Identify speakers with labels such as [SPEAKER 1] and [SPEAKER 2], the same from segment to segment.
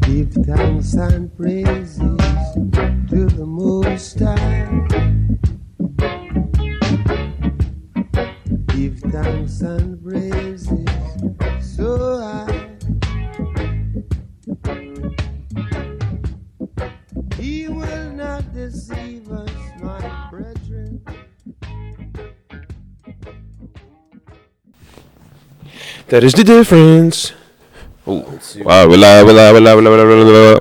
[SPEAKER 1] Give thanks and praises to the Most High. Give thanks and praises so high. He will not deceive us, my brethren.
[SPEAKER 2] That is the difference.
[SPEAKER 3] Let's see.
[SPEAKER 2] Wow, we live, we live, we live, we live, we live, we live.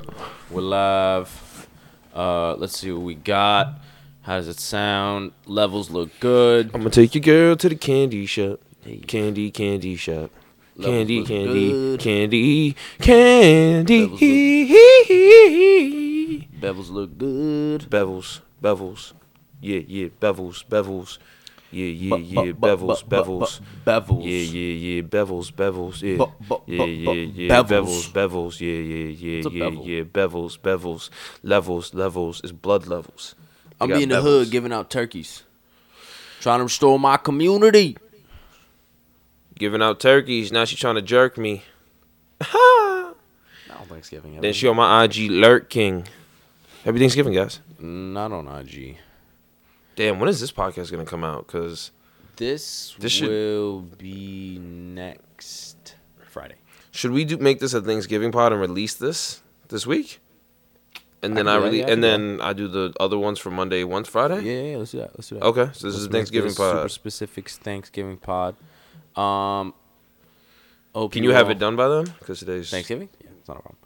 [SPEAKER 3] We're live. Uh, let's see what we got. How does it sound? Levels look good.
[SPEAKER 2] I'm gonna take your girl to the candy shop. Candy, candy shop.
[SPEAKER 3] Levels
[SPEAKER 2] Candy,
[SPEAKER 3] look
[SPEAKER 2] candy,
[SPEAKER 3] good.
[SPEAKER 2] candy,
[SPEAKER 3] Levels
[SPEAKER 2] candy.
[SPEAKER 3] Levels look good.
[SPEAKER 2] Bevels, bevels. Yeah, yeah, bevels, bevels. Yeah, yeah,
[SPEAKER 3] Bu- bu-
[SPEAKER 2] yeah,
[SPEAKER 3] bu-
[SPEAKER 2] bevels,
[SPEAKER 3] bu- bu-
[SPEAKER 2] bevels.
[SPEAKER 3] bu- Bevels.
[SPEAKER 2] Yeah, yeah, yeah, bevels, bevels, yeah,
[SPEAKER 3] Bu- bu-
[SPEAKER 2] yeah,
[SPEAKER 3] bu-
[SPEAKER 2] yeah,
[SPEAKER 3] bu-
[SPEAKER 2] yeah, bevels,
[SPEAKER 3] bevels.
[SPEAKER 2] bevels, yeah, yeah, yeah,
[SPEAKER 3] a
[SPEAKER 2] yeah,
[SPEAKER 3] bevel.
[SPEAKER 2] yeah, bevels, bevels, levels, levels. It's blood levels. They
[SPEAKER 3] I'm
[SPEAKER 2] got
[SPEAKER 3] in the
[SPEAKER 2] bevels.
[SPEAKER 3] hood giving out turkeys. Trying to restore my community.
[SPEAKER 2] giving out turkeys. Now she trying to jerk me.
[SPEAKER 3] Not on Thanksgiving.
[SPEAKER 2] Then she on my IG lurking. Happy Thanksgiving, guys.
[SPEAKER 3] Not on IG.
[SPEAKER 2] Damn, when is this podcast gonna come out? Cause
[SPEAKER 3] This,
[SPEAKER 2] This should-
[SPEAKER 3] will be next Friday.
[SPEAKER 2] should we do make this a Thanksgiving pod and release this this week? And then
[SPEAKER 3] I
[SPEAKER 2] I,
[SPEAKER 3] can do that,
[SPEAKER 2] release,
[SPEAKER 3] yeah, I
[SPEAKER 2] and
[SPEAKER 3] can
[SPEAKER 2] then I do the other ones for Monday, once Friday.
[SPEAKER 3] Yeah, yeah, let's do that. Let's do that.
[SPEAKER 2] Okay, so this is
[SPEAKER 3] Let's make
[SPEAKER 2] Thanksgiving
[SPEAKER 3] this Super
[SPEAKER 2] pod.
[SPEAKER 3] specific Thanksgiving pod. Um, hope
[SPEAKER 2] Can you have
[SPEAKER 3] all-
[SPEAKER 2] it done by then? Because today's
[SPEAKER 3] Thanksgiving? Yeah, it's not a problem.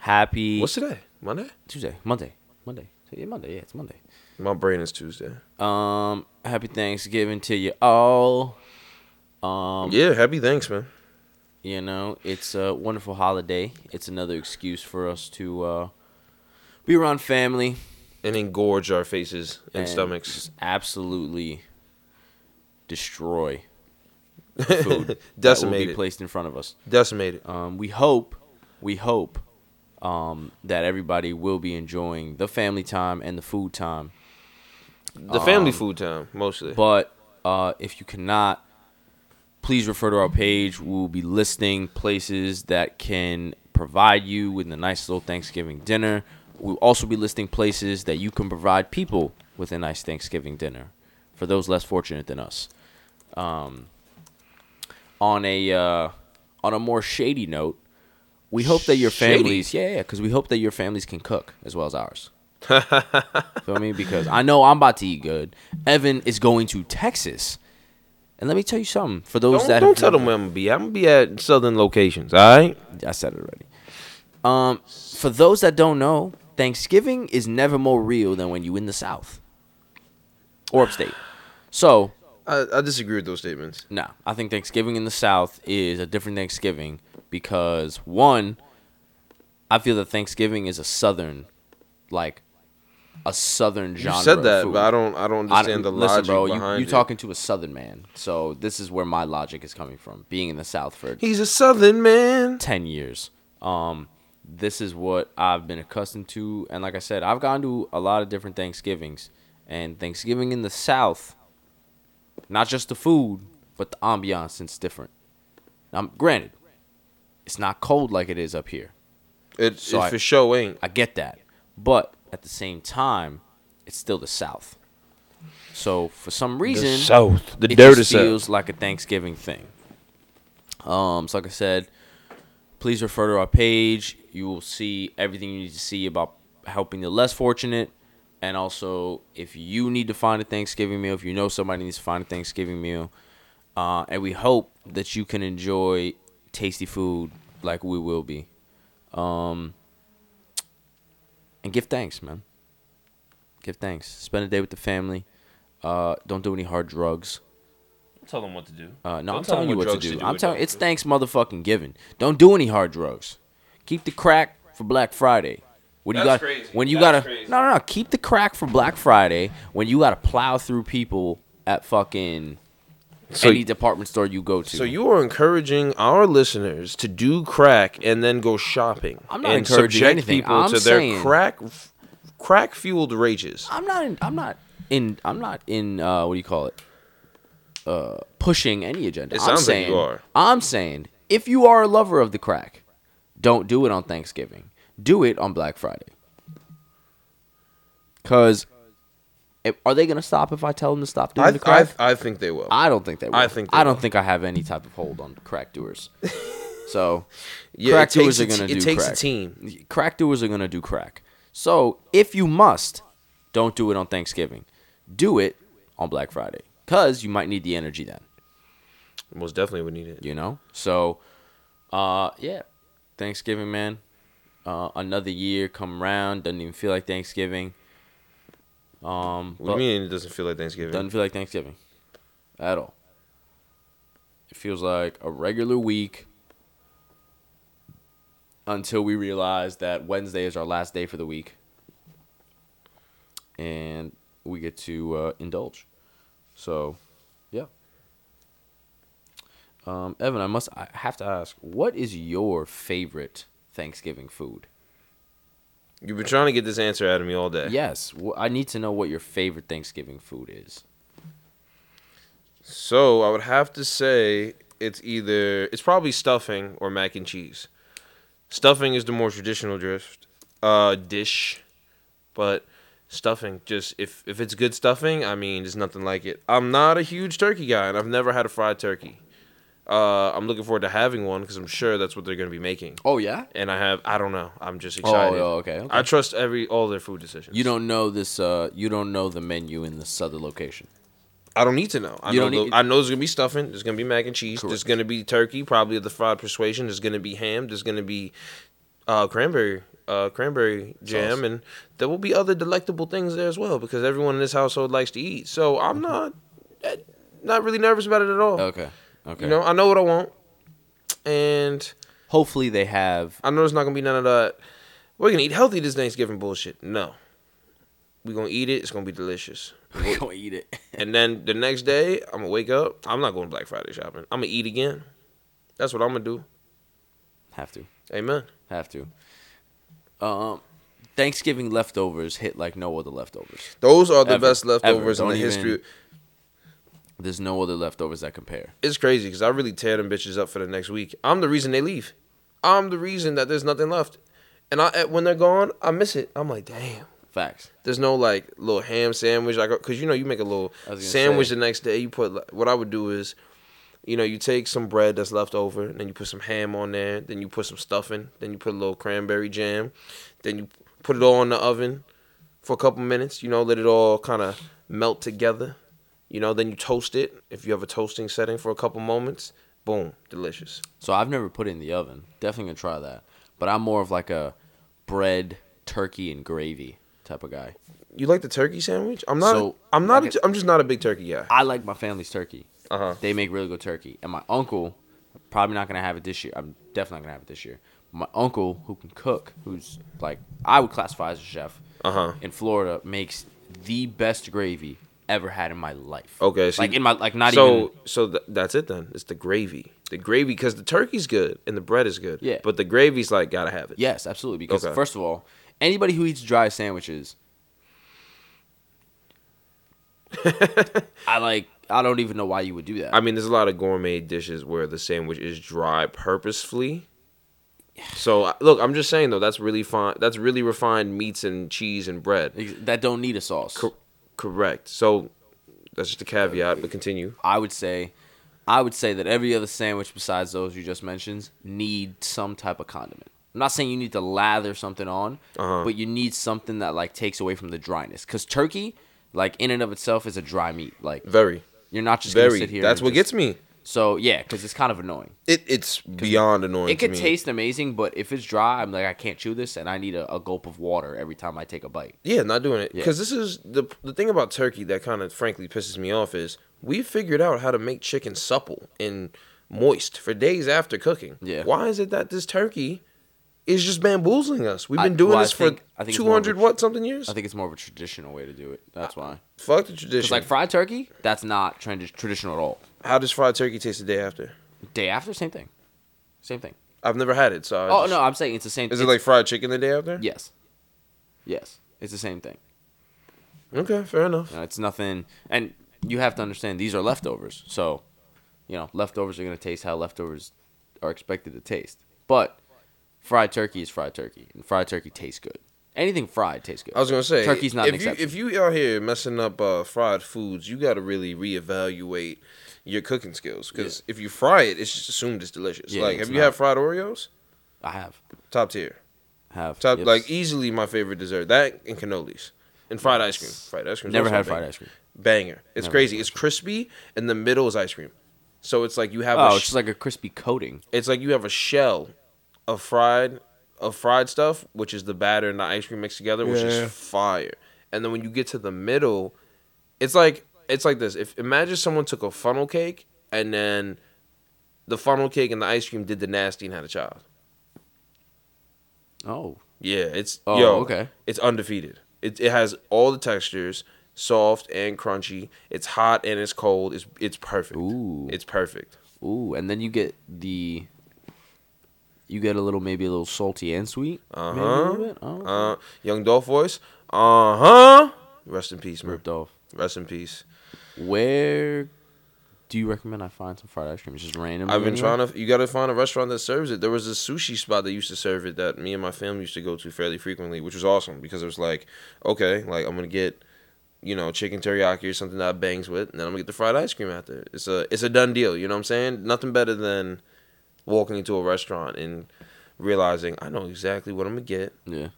[SPEAKER 3] Happy
[SPEAKER 2] What's today? Monday.
[SPEAKER 3] Tuesday, Monday, Monday. Yeah, Monday. Yeah, it's Monday.
[SPEAKER 2] My brain is Tuesday.
[SPEAKER 3] Um, happy Thanksgiving to you all. Um,
[SPEAKER 2] yeah, happy thanks, man.
[SPEAKER 3] you know, it's a wonderful holiday. It's another excuse for us to uh, be around family
[SPEAKER 2] And engorge our faces and, stomachs.
[SPEAKER 3] just Absolutely destroy food
[SPEAKER 2] Decimated.
[SPEAKER 3] that will be
[SPEAKER 2] Decimated.
[SPEAKER 3] placed in front of us.
[SPEAKER 2] Decimate it.
[SPEAKER 3] Um, we hope, we hope um, that everybody will be enjoying the family time and the food time.
[SPEAKER 2] The
[SPEAKER 3] Uh,
[SPEAKER 2] family
[SPEAKER 3] um,
[SPEAKER 2] food time mostly.
[SPEAKER 3] But uh, if you cannot, please refer to our page. We will be listing places that can provide you with a nice little Thanksgiving dinner. We'll also be listing places that you can provide people with a nice Thanksgiving dinner for those less fortunate than us. Um, on a uh, on a more shady note, we hope that your
[SPEAKER 2] Shady?
[SPEAKER 3] families, yeah, yeah, because we hope that your families can cook as well as ours. Feel me? Because I know I'm about to eat good. Evan is going to Texas. And let me tell you something. For those
[SPEAKER 2] Don't,
[SPEAKER 3] that
[SPEAKER 2] don't
[SPEAKER 3] have
[SPEAKER 2] tell them
[SPEAKER 3] never-
[SPEAKER 2] where I'm gonna be. I'm gonna be at southern locations. All right.
[SPEAKER 3] I said it already. Um, for those that don't know, Thanksgiving is never more real than when you in the South or upstate. So,
[SPEAKER 2] I, I disagree with those statements.
[SPEAKER 3] no, I think Thanksgiving in the South is a different Thanksgiving because one, I feel that Thanksgiving is a Southern, like a Southern genre.
[SPEAKER 2] you said
[SPEAKER 3] of
[SPEAKER 2] that,
[SPEAKER 3] food.
[SPEAKER 2] but I don't. I don't understand the
[SPEAKER 3] listen,
[SPEAKER 2] logic
[SPEAKER 3] bro,
[SPEAKER 2] behind
[SPEAKER 3] you, you
[SPEAKER 2] it.
[SPEAKER 3] talking to a Southern man, so this is where my logic is coming from. Being in the South for
[SPEAKER 2] He's a southern man.
[SPEAKER 3] ten years, um, this is what I've been accustomed to, and like I said, I've gone to a lot of different Thanksgivings, and Thanksgiving in the South, not just the food, but the ambiance is different. Now, granted, it's not cold like it is up here.
[SPEAKER 2] It,
[SPEAKER 3] So
[SPEAKER 2] it
[SPEAKER 3] I-
[SPEAKER 2] for sure ain't.
[SPEAKER 3] I get that. But at the same time, it's still the South. So for some reason,
[SPEAKER 2] South, the
[SPEAKER 3] it
[SPEAKER 2] dirty
[SPEAKER 3] just
[SPEAKER 2] South.
[SPEAKER 3] feels like a Thanksgiving thing. Um, so like I said, please refer to our page. You will see everything you need to see about helping the less fortunate. And also, if you need to find a Thanksgiving meal, if you know somebody needs to find a Thanksgiving meal, uh, and we hope that you can enjoy tasty food like we will be. Um, and give thanks, man. Give thanks. Spend a day with the family. Uh, don't do any hard drugs.
[SPEAKER 2] Tell them what to do.
[SPEAKER 3] Uh, no, I'm telling you what to do. I'm telling it's thanks motherfucking giving. Don't do any hard drugs. Keep the crack for Black Friday. When you got
[SPEAKER 2] That's crazy.
[SPEAKER 3] when you
[SPEAKER 2] That's
[SPEAKER 3] gotta
[SPEAKER 2] crazy.
[SPEAKER 3] no no no keep the crack for Black Friday when you gotta plow through people at fucking
[SPEAKER 2] So-
[SPEAKER 3] any department store you go to.
[SPEAKER 2] So you are encouraging our listeners to do crack and then go shopping.
[SPEAKER 3] I'm not
[SPEAKER 2] and
[SPEAKER 3] encouraging
[SPEAKER 2] subject
[SPEAKER 3] anything.
[SPEAKER 2] people
[SPEAKER 3] I'm
[SPEAKER 2] to
[SPEAKER 3] saying-
[SPEAKER 2] their crack, crack fueled rages.
[SPEAKER 3] I'm not in, I'm not in I'm not in uh what do you call it? Uh pushing any agenda.
[SPEAKER 2] It
[SPEAKER 3] I'm
[SPEAKER 2] sounds like
[SPEAKER 3] saying,
[SPEAKER 2] you are.
[SPEAKER 3] I'm saying if you are a lover of the crack, don't do it on Thanksgiving. Do it on Black Friday. Cause if, are they gonna stop if I tell them to stop doing
[SPEAKER 2] I,
[SPEAKER 3] the
[SPEAKER 2] I,
[SPEAKER 3] crack?
[SPEAKER 2] I think they will.
[SPEAKER 3] I don't think they will.
[SPEAKER 2] I think they
[SPEAKER 3] I don't
[SPEAKER 2] will.
[SPEAKER 3] think I have any type of hold on crack doers. so
[SPEAKER 2] Yeah,
[SPEAKER 3] crack
[SPEAKER 2] it takes
[SPEAKER 3] doers
[SPEAKER 2] a
[SPEAKER 3] are gonna
[SPEAKER 2] te-
[SPEAKER 3] do
[SPEAKER 2] it takes a
[SPEAKER 3] crack.
[SPEAKER 2] team.
[SPEAKER 3] Crack doers are gonna do crack. So if you must, don't do it on Thanksgiving. Do it on Black Friday. Cause you might need the energy then.
[SPEAKER 2] Most definitely would need it.
[SPEAKER 3] You know? So uh yeah. Thanksgiving, man. Uh, another year come round. Doesn't even feel like Thanksgiving. Um
[SPEAKER 2] What do you mean it doesn't feel like Thanksgiving?
[SPEAKER 3] doesn't feel like Thanksgiving at all. It feels like a regular week until we realize that Wednesday is our last day for the week and we get to uh, indulge. So, yeah. Um, Evan, I must I have to ask, what is your favorite Thanksgiving food?
[SPEAKER 2] You've been trying to get this answer out of me all
[SPEAKER 3] Eh.
[SPEAKER 2] day.
[SPEAKER 3] Yes, wh- I need to know what your favorite Thanksgiving food is.
[SPEAKER 2] So I would have to say it's either it's probably stuffing or mac and cheese. Stuffing is the more traditional drift uh, dish, but stuffing just if if it's good stuffing, I mean, there's nothing like it. I'm not a huge turkey guy, and I've never had a fried turkey. Uh, I'm looking forward to having one because I'm sure that's what they're going to be making.
[SPEAKER 3] Oh yeah?
[SPEAKER 2] And I have I don't know. I'm just
[SPEAKER 3] Oh,
[SPEAKER 2] excited.
[SPEAKER 3] oh, okay, okay.
[SPEAKER 2] I trust every all their food decisions.
[SPEAKER 3] You don't know this. Uh, you don't know the menu in this other location.
[SPEAKER 2] I don't need to know. I
[SPEAKER 3] You
[SPEAKER 2] know,
[SPEAKER 3] don't need-
[SPEAKER 2] the- I know there's gonna be stuffing. There's gonna be mac and cheese. There's
[SPEAKER 3] Correct.
[SPEAKER 2] gonna be turkey, probably of the fried persuasion. There's gonna be ham. There's gonna be uh, cranberry, uh, cranberry jam,
[SPEAKER 3] Sauce.
[SPEAKER 2] and there will be other delectable things there as well because everyone in this household likes to eat. So I'm
[SPEAKER 3] Mm-hmm.
[SPEAKER 2] not eh, not really nervous about it at all.
[SPEAKER 3] Okay. Okay.
[SPEAKER 2] You know, I know what I want, and
[SPEAKER 3] Hopefully they have.
[SPEAKER 2] I know there's not gonna be none of that. We're gonna eat healthy this Thanksgiving bullshit. No, we're gonna eat it. It's gonna be delicious.
[SPEAKER 3] We're gonna eat it.
[SPEAKER 2] And then the next day, I'm gonna wake up. I'm not going Black Friday shopping. I'm gonna eat again. That's what I'm gonna do.
[SPEAKER 3] have to.
[SPEAKER 2] Amen.
[SPEAKER 3] Have to. Um, Thanksgiving leftovers hit like no other leftovers.
[SPEAKER 2] Those are the
[SPEAKER 3] Ever.
[SPEAKER 2] best leftovers
[SPEAKER 3] Ever.
[SPEAKER 2] in the
[SPEAKER 3] Don't even-
[SPEAKER 2] history.
[SPEAKER 3] There's no other leftovers that compare.
[SPEAKER 2] It's crazy because I really tear them bitches up for the next week. I'm the reason they leave. I'm the reason that there's nothing left. And I, when they're gone, I miss it. I'm like, damn.
[SPEAKER 3] Facts. There's
[SPEAKER 2] There's no like little ham sandwich, like because you know you make a little
[SPEAKER 3] I was gonna
[SPEAKER 2] sandwich
[SPEAKER 3] say.
[SPEAKER 2] the next day. You put like, what I would do is, you know, you take some bread that's left over, and then you put some ham on there, then you put some stuffing, then you put a little cranberry jam, then you put it all in the oven for a couple minutes. You know, let it all kind of melt together. You know, then you toast it if you have a toasting setting for a couple moments. Boom, delicious.
[SPEAKER 3] So I've never put it in the oven. Definitely gonna try that. But I'm more of like a bread, turkey, and gravy type of guy.
[SPEAKER 2] You like the turkey sandwich? I'm not.
[SPEAKER 3] So,
[SPEAKER 2] I'm not.
[SPEAKER 3] like
[SPEAKER 2] a, I'm just not a big turkey guy.
[SPEAKER 3] I like my family's turkey.
[SPEAKER 2] Uh-huh.
[SPEAKER 3] They make really good turkey. And my uncle, probably not gonna have it this year. I'm definitely not gonna have it this year. My uncle, who can cook, who's like I would classify as a chef,
[SPEAKER 2] Uh-huh.
[SPEAKER 3] in Florida, makes the best gravy ever had in my life.
[SPEAKER 2] Okay, so
[SPEAKER 3] like
[SPEAKER 2] you-
[SPEAKER 3] in my like not
[SPEAKER 2] so,
[SPEAKER 3] even
[SPEAKER 2] So th- that's it then. It's the gravy. The gravy because the turkey's good and the bread is good.
[SPEAKER 3] Yeah.
[SPEAKER 2] But the gravy's like gotta have it.
[SPEAKER 3] yes, absolutely. Because
[SPEAKER 2] Okay.
[SPEAKER 3] first of all, anybody who eats dry sandwiches, I like. I don't even know why you would do that.
[SPEAKER 2] I mean, there's a lot of gourmet dishes where the sandwich is dry purposefully. So I- look, I'm just saying though, that's really fine. That's really refined meats and cheese and bread.
[SPEAKER 3] Ex- that don't need a sauce.
[SPEAKER 2] Cor- correct. So that's just a caveat. But continue.
[SPEAKER 3] I would say, I would say that every other sandwich besides those you just mentioned need some type of condiment. I'm not saying you need to lather something on,
[SPEAKER 2] Uh-huh.
[SPEAKER 3] but you need something that like takes away from the dryness. Cause turkey, like in and of itself, is a dry meat. Like
[SPEAKER 2] Very,
[SPEAKER 3] you're not just gonna
[SPEAKER 2] very.
[SPEAKER 3] sit here.
[SPEAKER 2] That's
[SPEAKER 3] and
[SPEAKER 2] what gets
[SPEAKER 3] just-
[SPEAKER 2] me.
[SPEAKER 3] So yeah, cause it's kind of annoying.
[SPEAKER 2] It it's beyond annoying.
[SPEAKER 3] It
[SPEAKER 2] to
[SPEAKER 3] could
[SPEAKER 2] me.
[SPEAKER 3] taste amazing, but if it's dry, I'm like I can't chew this, and I need a, a gulp of water every time I take a bite.
[SPEAKER 2] Yeah, not doing it. Because this is the the thing about turkey that kind of frankly pisses me off is we figured out how to make chicken supple and moist for days after cooking.
[SPEAKER 3] Yeah.
[SPEAKER 2] Why is it that this turkey is just bamboozling us? We've
[SPEAKER 3] I-
[SPEAKER 2] been doing
[SPEAKER 3] well, I
[SPEAKER 2] this
[SPEAKER 3] think- I
[SPEAKER 2] for
[SPEAKER 3] think it's
[SPEAKER 2] two
[SPEAKER 3] more of a-
[SPEAKER 2] hundred what something years.
[SPEAKER 3] I think it's more of a traditional way to do it. That's why.
[SPEAKER 2] Fuck the
[SPEAKER 3] It's
[SPEAKER 2] tradition.
[SPEAKER 3] like fried turkey. That's not trend- traditional at all.
[SPEAKER 2] how does fried turkey taste the day after?
[SPEAKER 3] Day after, same thing. Same thing.
[SPEAKER 2] I've never had it, so. I
[SPEAKER 3] Oh
[SPEAKER 2] just-
[SPEAKER 3] no, I'm saying it's the same.
[SPEAKER 2] Is it
[SPEAKER 3] it's-
[SPEAKER 2] like fried chicken the day after?
[SPEAKER 3] yes, yes? It's the same thing.
[SPEAKER 2] Okay, fair enough.
[SPEAKER 3] You know, it's nothing, and you have to understand these are leftovers. So, you know, leftovers are gonna taste how leftovers are expected to taste. But fried turkey is fried turkey, and fried turkey tastes good. Anything fried tastes good.
[SPEAKER 2] I was gonna say
[SPEAKER 3] turkey's not
[SPEAKER 2] if
[SPEAKER 3] an
[SPEAKER 2] you,
[SPEAKER 3] exception.
[SPEAKER 2] If you out here messing up uh, fried foods, you got to really reevaluate your cooking skills because if you fry it, it's just assumed it's delicious.
[SPEAKER 3] Yeah,
[SPEAKER 2] like,
[SPEAKER 3] it's
[SPEAKER 2] have you
[SPEAKER 3] not.
[SPEAKER 2] had fried Oreos?
[SPEAKER 3] I have
[SPEAKER 2] Top tier,
[SPEAKER 3] have
[SPEAKER 2] top
[SPEAKER 3] yes.
[SPEAKER 2] like easily my favorite dessert. That and cannolis and fried ice cream. Fried ice cream.
[SPEAKER 3] never had fried ice cream.
[SPEAKER 2] Banger. It's
[SPEAKER 3] Never had
[SPEAKER 2] crazy.
[SPEAKER 3] fried
[SPEAKER 2] It's crispy, and the middle is ice cream. So it's like you have
[SPEAKER 3] Oh,
[SPEAKER 2] a
[SPEAKER 3] it's just like a crispy coating.
[SPEAKER 2] it's like you have a shell of fried of fried stuff, which is the batter and the ice cream mixed together, which
[SPEAKER 1] Yeah.
[SPEAKER 2] is fire. And then when you get to the middle, it's like it's like this. If imagine someone took a funnel cake and then the funnel cake and the ice cream did the nasty and had a child.
[SPEAKER 3] Oh,
[SPEAKER 2] Yeah, it's
[SPEAKER 3] Oh,
[SPEAKER 2] yo,
[SPEAKER 3] okay.
[SPEAKER 2] It's undefeated. It it has all the textures, soft and crunchy. It's hot and it's cold. It's it's perfect.
[SPEAKER 3] Ooh.
[SPEAKER 2] It's perfect.
[SPEAKER 3] ooh, and then you get the. You get a little, maybe a little salty and sweet.
[SPEAKER 2] Uh
[SPEAKER 3] maybe a little
[SPEAKER 2] huh.
[SPEAKER 3] bit? Oh, okay.
[SPEAKER 2] Uh, young Dolph voice. Uh huh. Rest in peace, man.
[SPEAKER 3] Ripped off.
[SPEAKER 2] Rest in peace.
[SPEAKER 3] Where do you recommend I find some fried ice cream? Just random.
[SPEAKER 2] I've been trying to. You gotta find a restaurant that serves it. There was a sushi spot that used to serve it that me and my family used to go to fairly frequently, which was awesome because it was like, okay, like I'm gonna get, you know, chicken teriyaki or something that I bangs with, and then I'm gonna get the fried ice cream after. It's a it's a done deal. You know what I'm saying? Nothing better than walking into a restaurant and realizing I know exactly what I'm gonna get,
[SPEAKER 3] Yeah,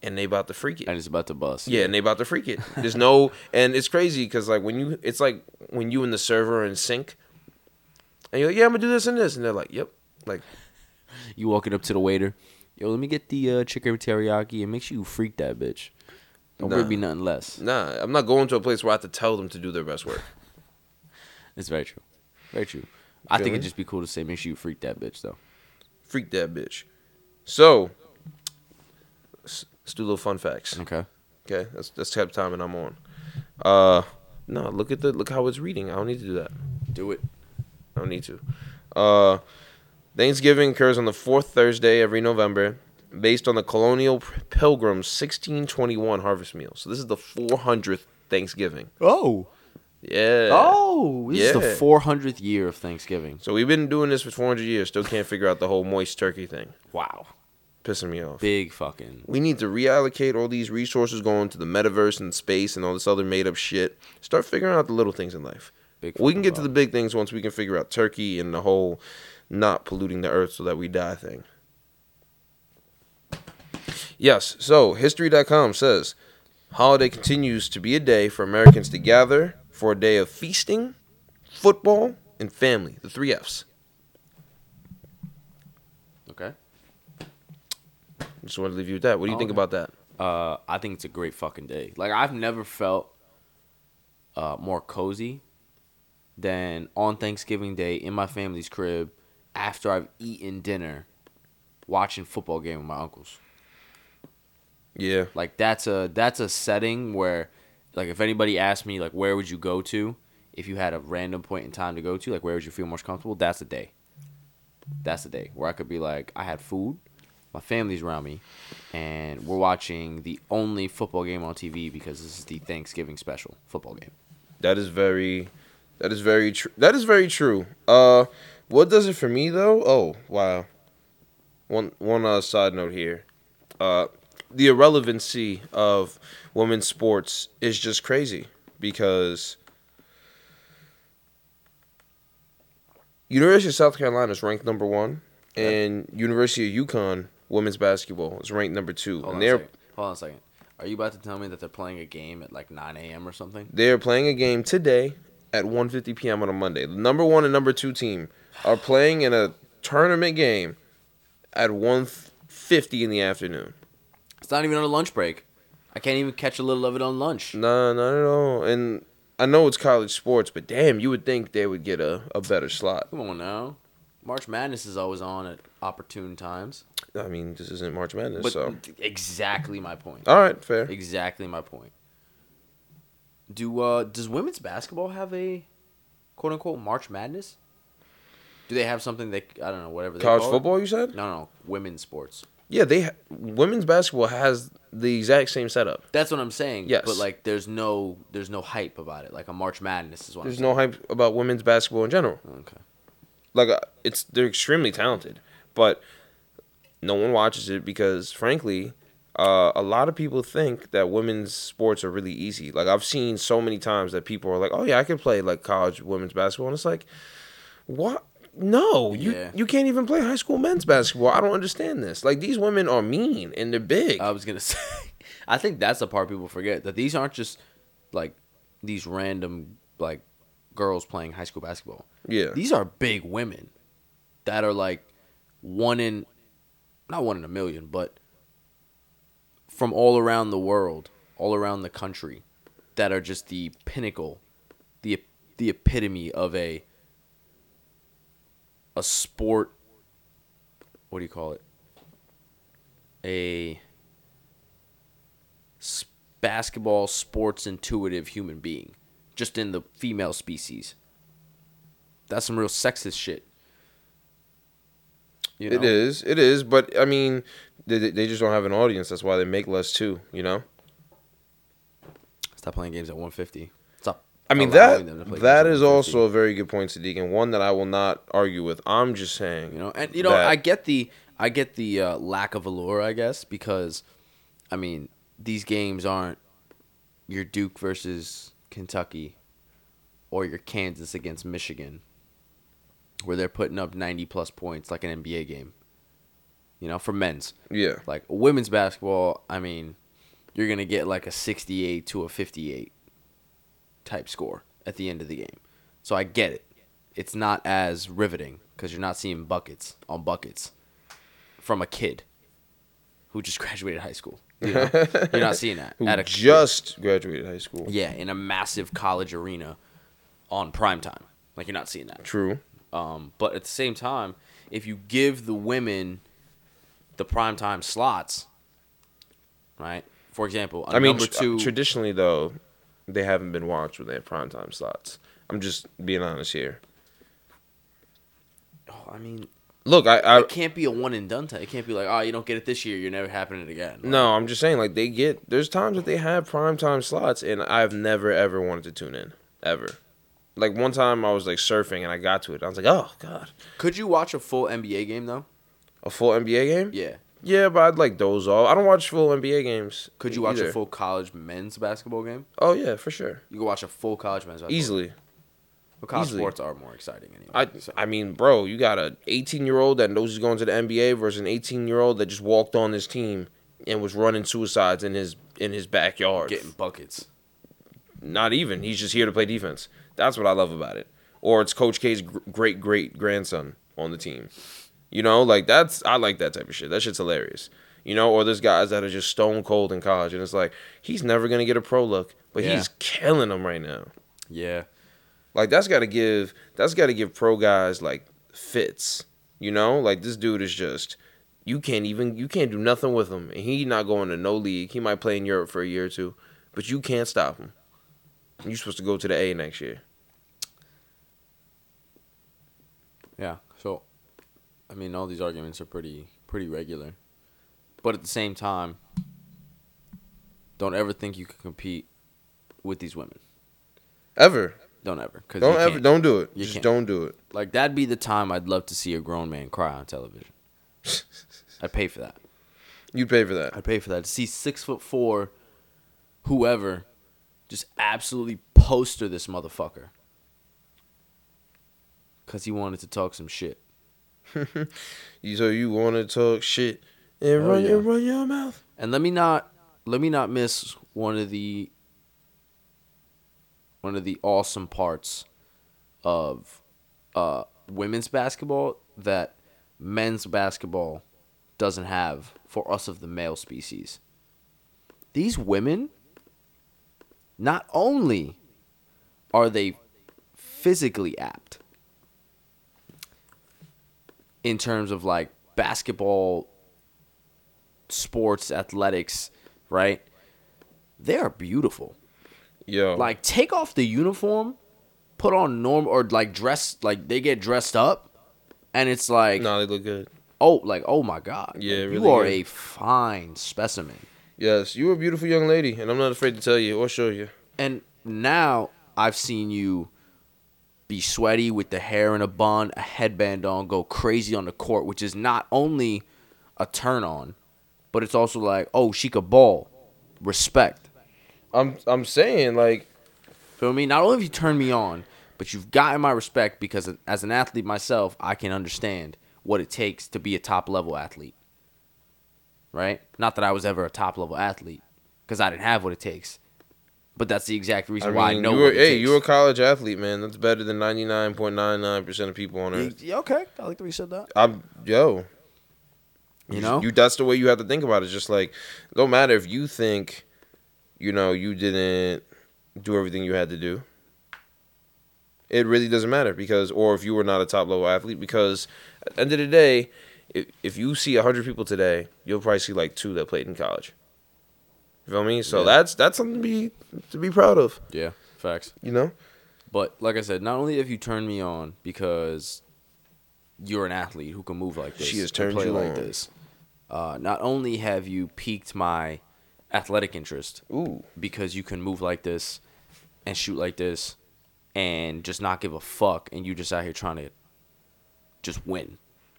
[SPEAKER 2] and they about to freak it.
[SPEAKER 3] and it's about to bust.
[SPEAKER 2] Yeah, and they about to freak it. There's no, and it's crazy because like when you, it's like when you and the server are in sync, and you're like, yeah, I'm gonna do this and this, and they're like, yep, like
[SPEAKER 3] You walking up to the waiter. Yo, let me get the uh, chicken teriyaki and make sure you freak that bitch. Don't
[SPEAKER 2] Nah.
[SPEAKER 3] really be nothing less.
[SPEAKER 2] nah, I'm not going to a place where I have to tell them to do their best work.
[SPEAKER 3] It's very true. Very true. I think
[SPEAKER 2] Really?
[SPEAKER 3] it'd just be cool to say, make sure you freak that bitch though.
[SPEAKER 2] Freak that bitch. So, let's, let's do little fun facts.
[SPEAKER 3] Okay.
[SPEAKER 2] Okay, that's that's type of time and I'm on. Uh, no, look at the look how it's reading. I don't need to do that.
[SPEAKER 3] Do it.
[SPEAKER 2] I don't need to. Uh, Thanksgiving occurs on the fourth Thursday every November, based on the colonial p- pilgrim's 1621 harvest meal. So this is the 400th Thanksgiving.
[SPEAKER 3] Oh.
[SPEAKER 2] Yeah.
[SPEAKER 3] Oh. This is
[SPEAKER 2] Yeah.
[SPEAKER 3] the four hundredth year of Thanksgiving.
[SPEAKER 2] So we've been doing this for 400 years. Still can't figure out the whole moist turkey thing.
[SPEAKER 3] Wow.
[SPEAKER 2] Pissing me off.
[SPEAKER 3] Big fucking.
[SPEAKER 2] We need to reallocate all these resources going to the metaverse and space and all this other made up shit. Start figuring out the little things in life.
[SPEAKER 3] Big
[SPEAKER 2] we can
[SPEAKER 3] fucking
[SPEAKER 2] get to the big things once we can figure out Turkey and the whole not polluting the earth so that we die thing. Yes, so history.com says holiday continues to be a day for Americans to gather for a day of feasting, football, and family, the three F's.
[SPEAKER 3] Okay.
[SPEAKER 2] Just wanted to leave you with that. What do you think
[SPEAKER 3] Okay.
[SPEAKER 2] about that?
[SPEAKER 3] uh, I think it's a great fucking day. Like I've never felt uh, more cozy than on Thanksgiving Day in my family's crib after I've eaten dinner, watching football game with my uncles.
[SPEAKER 2] Yeah.
[SPEAKER 3] Like that's a that's a setting where, like, if anybody asked me like where would you go to if you had a random point in time to go to, like where would you feel most comfortable? That's a day. That's a day where I could be like I had food, my family's around me, and we're watching the only football game on TV because this is the Thanksgiving special football game.
[SPEAKER 2] That is very, that is very true. That is very true. Uh, what does it for me though? Oh wow. One one uh, side note here. Uh, the irrelevancy of women's sports is just crazy because University of South Carolina is ranked number one, and University of Yukon women's basketball is ranked number two,
[SPEAKER 3] Hold
[SPEAKER 2] and
[SPEAKER 3] on, a
[SPEAKER 2] they're
[SPEAKER 3] second. Hold on a second. Are you about to tell me that they're playing a game at like 9 a.m. or something?
[SPEAKER 2] They are playing a game today at 1:50 p.m. on a Monday. The number one and number two team are playing in a tournament game at 1:50 in the afternoon.
[SPEAKER 3] It's not even on a lunch break. I can't even catch a little of it on lunch.
[SPEAKER 2] Nah, not at all. And I know it's college sports, but damn, you would think they would get a, a better slot.
[SPEAKER 3] Come on now. March Madness is always on at opportune times.
[SPEAKER 2] I mean, this isn't March Madness,
[SPEAKER 3] But
[SPEAKER 2] so
[SPEAKER 3] exactly my point.
[SPEAKER 2] all right, fair.
[SPEAKER 3] Exactly my point. Do uh does women's basketball have a quote unquote March Madness? Do they have something they I don't know whatever they
[SPEAKER 2] College
[SPEAKER 3] call it?
[SPEAKER 2] football, you said?
[SPEAKER 3] No, no, women's sports.
[SPEAKER 2] Yeah, they ha- women's basketball has the exact same setup.
[SPEAKER 3] That's what I'm saying.
[SPEAKER 2] Yes.
[SPEAKER 3] but like there's no there's no hype about it. Like a March Madness is what
[SPEAKER 2] There's
[SPEAKER 3] I'm
[SPEAKER 2] no hype about women's basketball in general.
[SPEAKER 3] saying. Okay.
[SPEAKER 2] like uh, it's they're extremely talented, but no one watches it because frankly, uh, a lot of people think that women's sports are really easy. Like I've seen so many times that people are like, "Oh yeah, I could play like college women's basketball," and it's like, what? No, you
[SPEAKER 3] Yeah.
[SPEAKER 2] you can't even play high school men's basketball. I don't understand this. Like these women are mean and they're big.
[SPEAKER 3] I was gonna say. I think that's the part people forget that these aren't just like these random like girls playing high school basketball.
[SPEAKER 2] Yeah.
[SPEAKER 3] these are big women that are like one in, not one in a million, but from all around the world, all around the country, that are just the pinnacle, the the epitome of a a sport. What do you call it? A s- basketball sports intuitive human being, just in the female species. That's some real sexist shit. You
[SPEAKER 2] It is, it is, but I mean, they, they- they just don't have an audience. That's why they make less too. You know.
[SPEAKER 3] Stop playing games at 150. Stop.
[SPEAKER 2] I mean
[SPEAKER 3] allowing
[SPEAKER 2] that
[SPEAKER 3] them to play
[SPEAKER 2] that
[SPEAKER 3] games
[SPEAKER 2] is
[SPEAKER 3] at 150,
[SPEAKER 2] also a very good point, Sadiq, and one that I will not argue with. I'm just saying,
[SPEAKER 3] you know, and you know,
[SPEAKER 2] that-
[SPEAKER 3] I get the I get the uh, lack of allure, I guess, because I mean these games aren't your Duke versus Kentucky or your Kansas against Michigan, where they're putting up 90 plus points like an NBA game. You know, for men's.
[SPEAKER 2] yeah,
[SPEAKER 3] Like women's basketball, I mean, you're gonna get like a 68 to a 58 type score at the end of the game. So I get it. It's not as riveting because you're not seeing buckets on buckets from a kid who just graduated high school. You know? you're not seeing that
[SPEAKER 2] who
[SPEAKER 3] at a
[SPEAKER 2] just graduated high school.
[SPEAKER 3] yeah in a massive college arena on prime time. Like you're not seeing that.
[SPEAKER 2] True.
[SPEAKER 3] Um, but at the same time, if you give the women the primetime slots, right? For example, a
[SPEAKER 2] I mean,
[SPEAKER 3] number
[SPEAKER 2] tr- uh,
[SPEAKER 3] two.
[SPEAKER 2] traditionally though, they haven't been watched when they have primetime slots. I'm just being honest here.
[SPEAKER 3] oh, I mean,
[SPEAKER 2] Look, I, I
[SPEAKER 3] it can't be a one and done type. It can't be like, oh, you don't get it this year, you're never happening again. Like,
[SPEAKER 2] no, I'm just saying like they get. There's times that they have primetime slots, and I've never ever wanted to tune in ever. Like one time I was like surfing and I got to it. I was like, oh god,
[SPEAKER 3] Could you watch a full NBA game though?
[SPEAKER 2] a full NBA game.
[SPEAKER 3] Yeah.
[SPEAKER 2] Yeah, but I'd like doze off. I don't watch full NBA games.
[SPEAKER 3] Could you watch
[SPEAKER 2] either.
[SPEAKER 3] a full college men's basketball game?
[SPEAKER 2] Oh yeah, for sure,
[SPEAKER 3] You could watch a full college men's basketball
[SPEAKER 2] easily.
[SPEAKER 3] Game. But college
[SPEAKER 2] easily.
[SPEAKER 3] sports are more exciting anyway.
[SPEAKER 2] I
[SPEAKER 3] so.
[SPEAKER 2] I mean, bro, you got a 18 year old that knows he's going to the NBA versus an 18 year old that just walked on his team and was running suicides in his in his backyard.
[SPEAKER 3] getting buckets.
[SPEAKER 2] Not even. He's just here to play defense. That's what I love about it. Or it's Coach K's gr- great great grandson on the team. You know, like that's I like that type of shit. That shit's hilarious. You know, or there's guys that are just stone cold in college, and it's like he's never gonna get a pro look, but
[SPEAKER 3] Yeah.
[SPEAKER 2] he's killing them right now.
[SPEAKER 3] Yeah.
[SPEAKER 2] Like that's got to give that's got to give pro guys like fits. You know, like this dude is just you can't even you can't do nothing with him, and he not going to no league. He might play in Europe for a year or two, but you can't stop him. You're supposed to go to the A next year.
[SPEAKER 3] Yeah. So, I mean, all these arguments are pretty pretty regular, but at the same time, don't ever think you can compete with these women.
[SPEAKER 2] Ever?
[SPEAKER 3] Don't ever. Cause
[SPEAKER 2] Don't
[SPEAKER 3] you
[SPEAKER 2] ever?
[SPEAKER 3] can't.
[SPEAKER 2] Don't do it.
[SPEAKER 3] You
[SPEAKER 2] just
[SPEAKER 3] can't.
[SPEAKER 2] don't do it.
[SPEAKER 3] Like that'd be the time I'd love to see a grown man cry on television. I'd pay for that.
[SPEAKER 2] You'd pay for that.
[SPEAKER 3] I'd pay for that to see six foot four, whoever, just absolutely poster this motherfucker. Cause he wanted to talk some shit.
[SPEAKER 2] You so you want to talk shit and
[SPEAKER 3] Hell
[SPEAKER 2] run
[SPEAKER 3] Oh, yeah.
[SPEAKER 2] and run your mouth.
[SPEAKER 3] And let me not let me not miss one of the one of the awesome parts of uh, women's basketball that men's basketball doesn't have for us of the male species. These women not only are they physically apt in terms of like basketball sports, athletics, right? They are beautiful.
[SPEAKER 2] Yo,
[SPEAKER 3] Like take off the uniform, put on norm or like dress like they get dressed up, and it's like
[SPEAKER 2] no, they look good.
[SPEAKER 3] oh like oh my god,
[SPEAKER 2] Yeah,
[SPEAKER 3] like, you
[SPEAKER 2] really
[SPEAKER 3] are
[SPEAKER 2] good.
[SPEAKER 3] a fine specimen.
[SPEAKER 2] Yes, you're a beautiful young lady, and I'm not afraid to tell you or show you.
[SPEAKER 3] And now I've seen you be sweaty with the hair in a bun, a headband on, go crazy on the court, which is not only a turn on, but it's also like, oh, she could ball. Respect.
[SPEAKER 2] I'm I'm saying like
[SPEAKER 3] Feel me? Not only have you turned me on, but you've gotten my respect because as an athlete myself, I can understand what it takes to be a top level athlete. Right? Not that I was ever a top level athlete because I didn't have what it takes. But that's the exact
[SPEAKER 2] I
[SPEAKER 3] reason
[SPEAKER 2] mean,
[SPEAKER 3] why I know
[SPEAKER 2] you were
[SPEAKER 3] what it
[SPEAKER 2] hey,
[SPEAKER 3] takes.
[SPEAKER 2] you were a college athlete, man. That's better than 99.99% of people on earth.
[SPEAKER 3] Yeah, okay. I like the way you said that.
[SPEAKER 2] I'm yo.
[SPEAKER 3] You know?
[SPEAKER 2] you that's the way you have to think about it. It's just like don't matter if you think, you know, you didn't do everything you had to do. It really doesn't matter because, or if you were not a top level athlete, because at the end of the day, if, if you see hundred people today, you'll probably see like two that played in college. You feel me? So
[SPEAKER 3] Yeah.
[SPEAKER 2] that's that's something to be to be proud of.
[SPEAKER 3] yeah, facts.
[SPEAKER 2] You know?
[SPEAKER 3] But like I said, not only have you turned me on because you're an athlete who can move like this,
[SPEAKER 2] She has
[SPEAKER 3] and
[SPEAKER 2] turned
[SPEAKER 3] play
[SPEAKER 2] you
[SPEAKER 3] like
[SPEAKER 2] on.
[SPEAKER 3] this. Uh, not only have you piqued my athletic interest
[SPEAKER 2] Ooh.
[SPEAKER 3] because you can move like this and shoot like this and just not give a fuck, and you just out here trying to just win,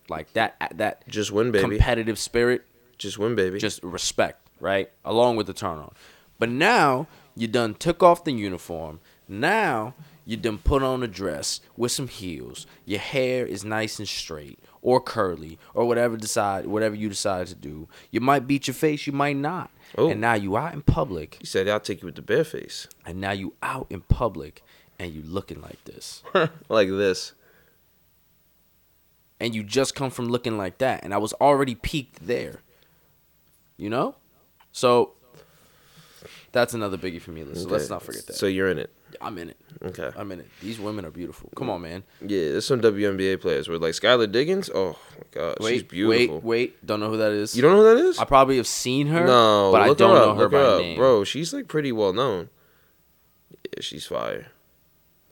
[SPEAKER 3] like that that
[SPEAKER 2] Just win, baby.
[SPEAKER 3] competitive spirit
[SPEAKER 2] Just win, baby.
[SPEAKER 3] just respect, right? Along with the turn on. But now you done took off the uniform. Now you done put on a dress with some heels. Your hair is nice and straight or curly or whatever decide whatever you decide to do. You might beat your face, you might not.
[SPEAKER 2] Oh.
[SPEAKER 3] And now you out in public
[SPEAKER 2] he said, "I'll take you with the bare face,
[SPEAKER 3] and now you out in public and you looking like this.
[SPEAKER 2] like this."
[SPEAKER 3] And you just come from looking like that and I was already peaked there. You know? So that's another biggie for me. So let's
[SPEAKER 2] Okay.
[SPEAKER 3] not forget that.
[SPEAKER 2] So you're in it.
[SPEAKER 3] I'm in it.
[SPEAKER 2] Okay.
[SPEAKER 3] I'm in it. These women are beautiful. Come on, man.
[SPEAKER 2] Yeah, there's some WNBA players where like Skylar Diggins. Oh my god,
[SPEAKER 3] Wait,
[SPEAKER 2] she's beautiful.
[SPEAKER 3] wait, wait. Don't know who that is.
[SPEAKER 2] You don't know who that is?
[SPEAKER 3] I probably have seen her.
[SPEAKER 2] no,
[SPEAKER 3] but I
[SPEAKER 2] look her
[SPEAKER 3] don't
[SPEAKER 2] up,
[SPEAKER 3] know her
[SPEAKER 2] look
[SPEAKER 3] by
[SPEAKER 2] her up.
[SPEAKER 3] name.
[SPEAKER 2] bro. She's like pretty well known. Yeah, she's fire,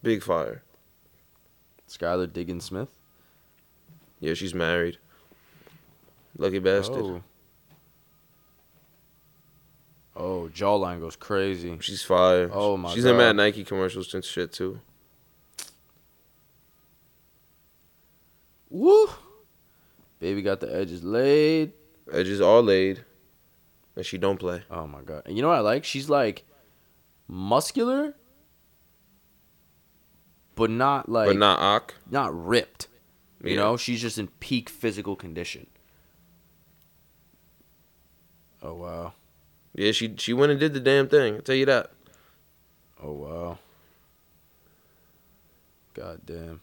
[SPEAKER 2] big fire.
[SPEAKER 3] Skylar Diggins Smith.
[SPEAKER 2] Yeah, she's married. Lucky bastard.
[SPEAKER 3] Oh. Oh, jawline goes crazy.
[SPEAKER 2] She's fire.
[SPEAKER 3] Oh my
[SPEAKER 2] She's
[SPEAKER 3] God.
[SPEAKER 2] in mad Nike commercials and shit too.
[SPEAKER 3] Woo! Baby got the edges laid.
[SPEAKER 2] Edges all laid, and she don't play.
[SPEAKER 3] Oh my god. And you know what I like? She's like muscular, but not like
[SPEAKER 2] but not Ock.
[SPEAKER 3] not ripped. You
[SPEAKER 2] Yeah.
[SPEAKER 3] know, she's just in peak physical condition. Oh wow.
[SPEAKER 2] Yeah, she she went and did the damn thing. I'll tell you that.
[SPEAKER 3] Oh wow. God damn.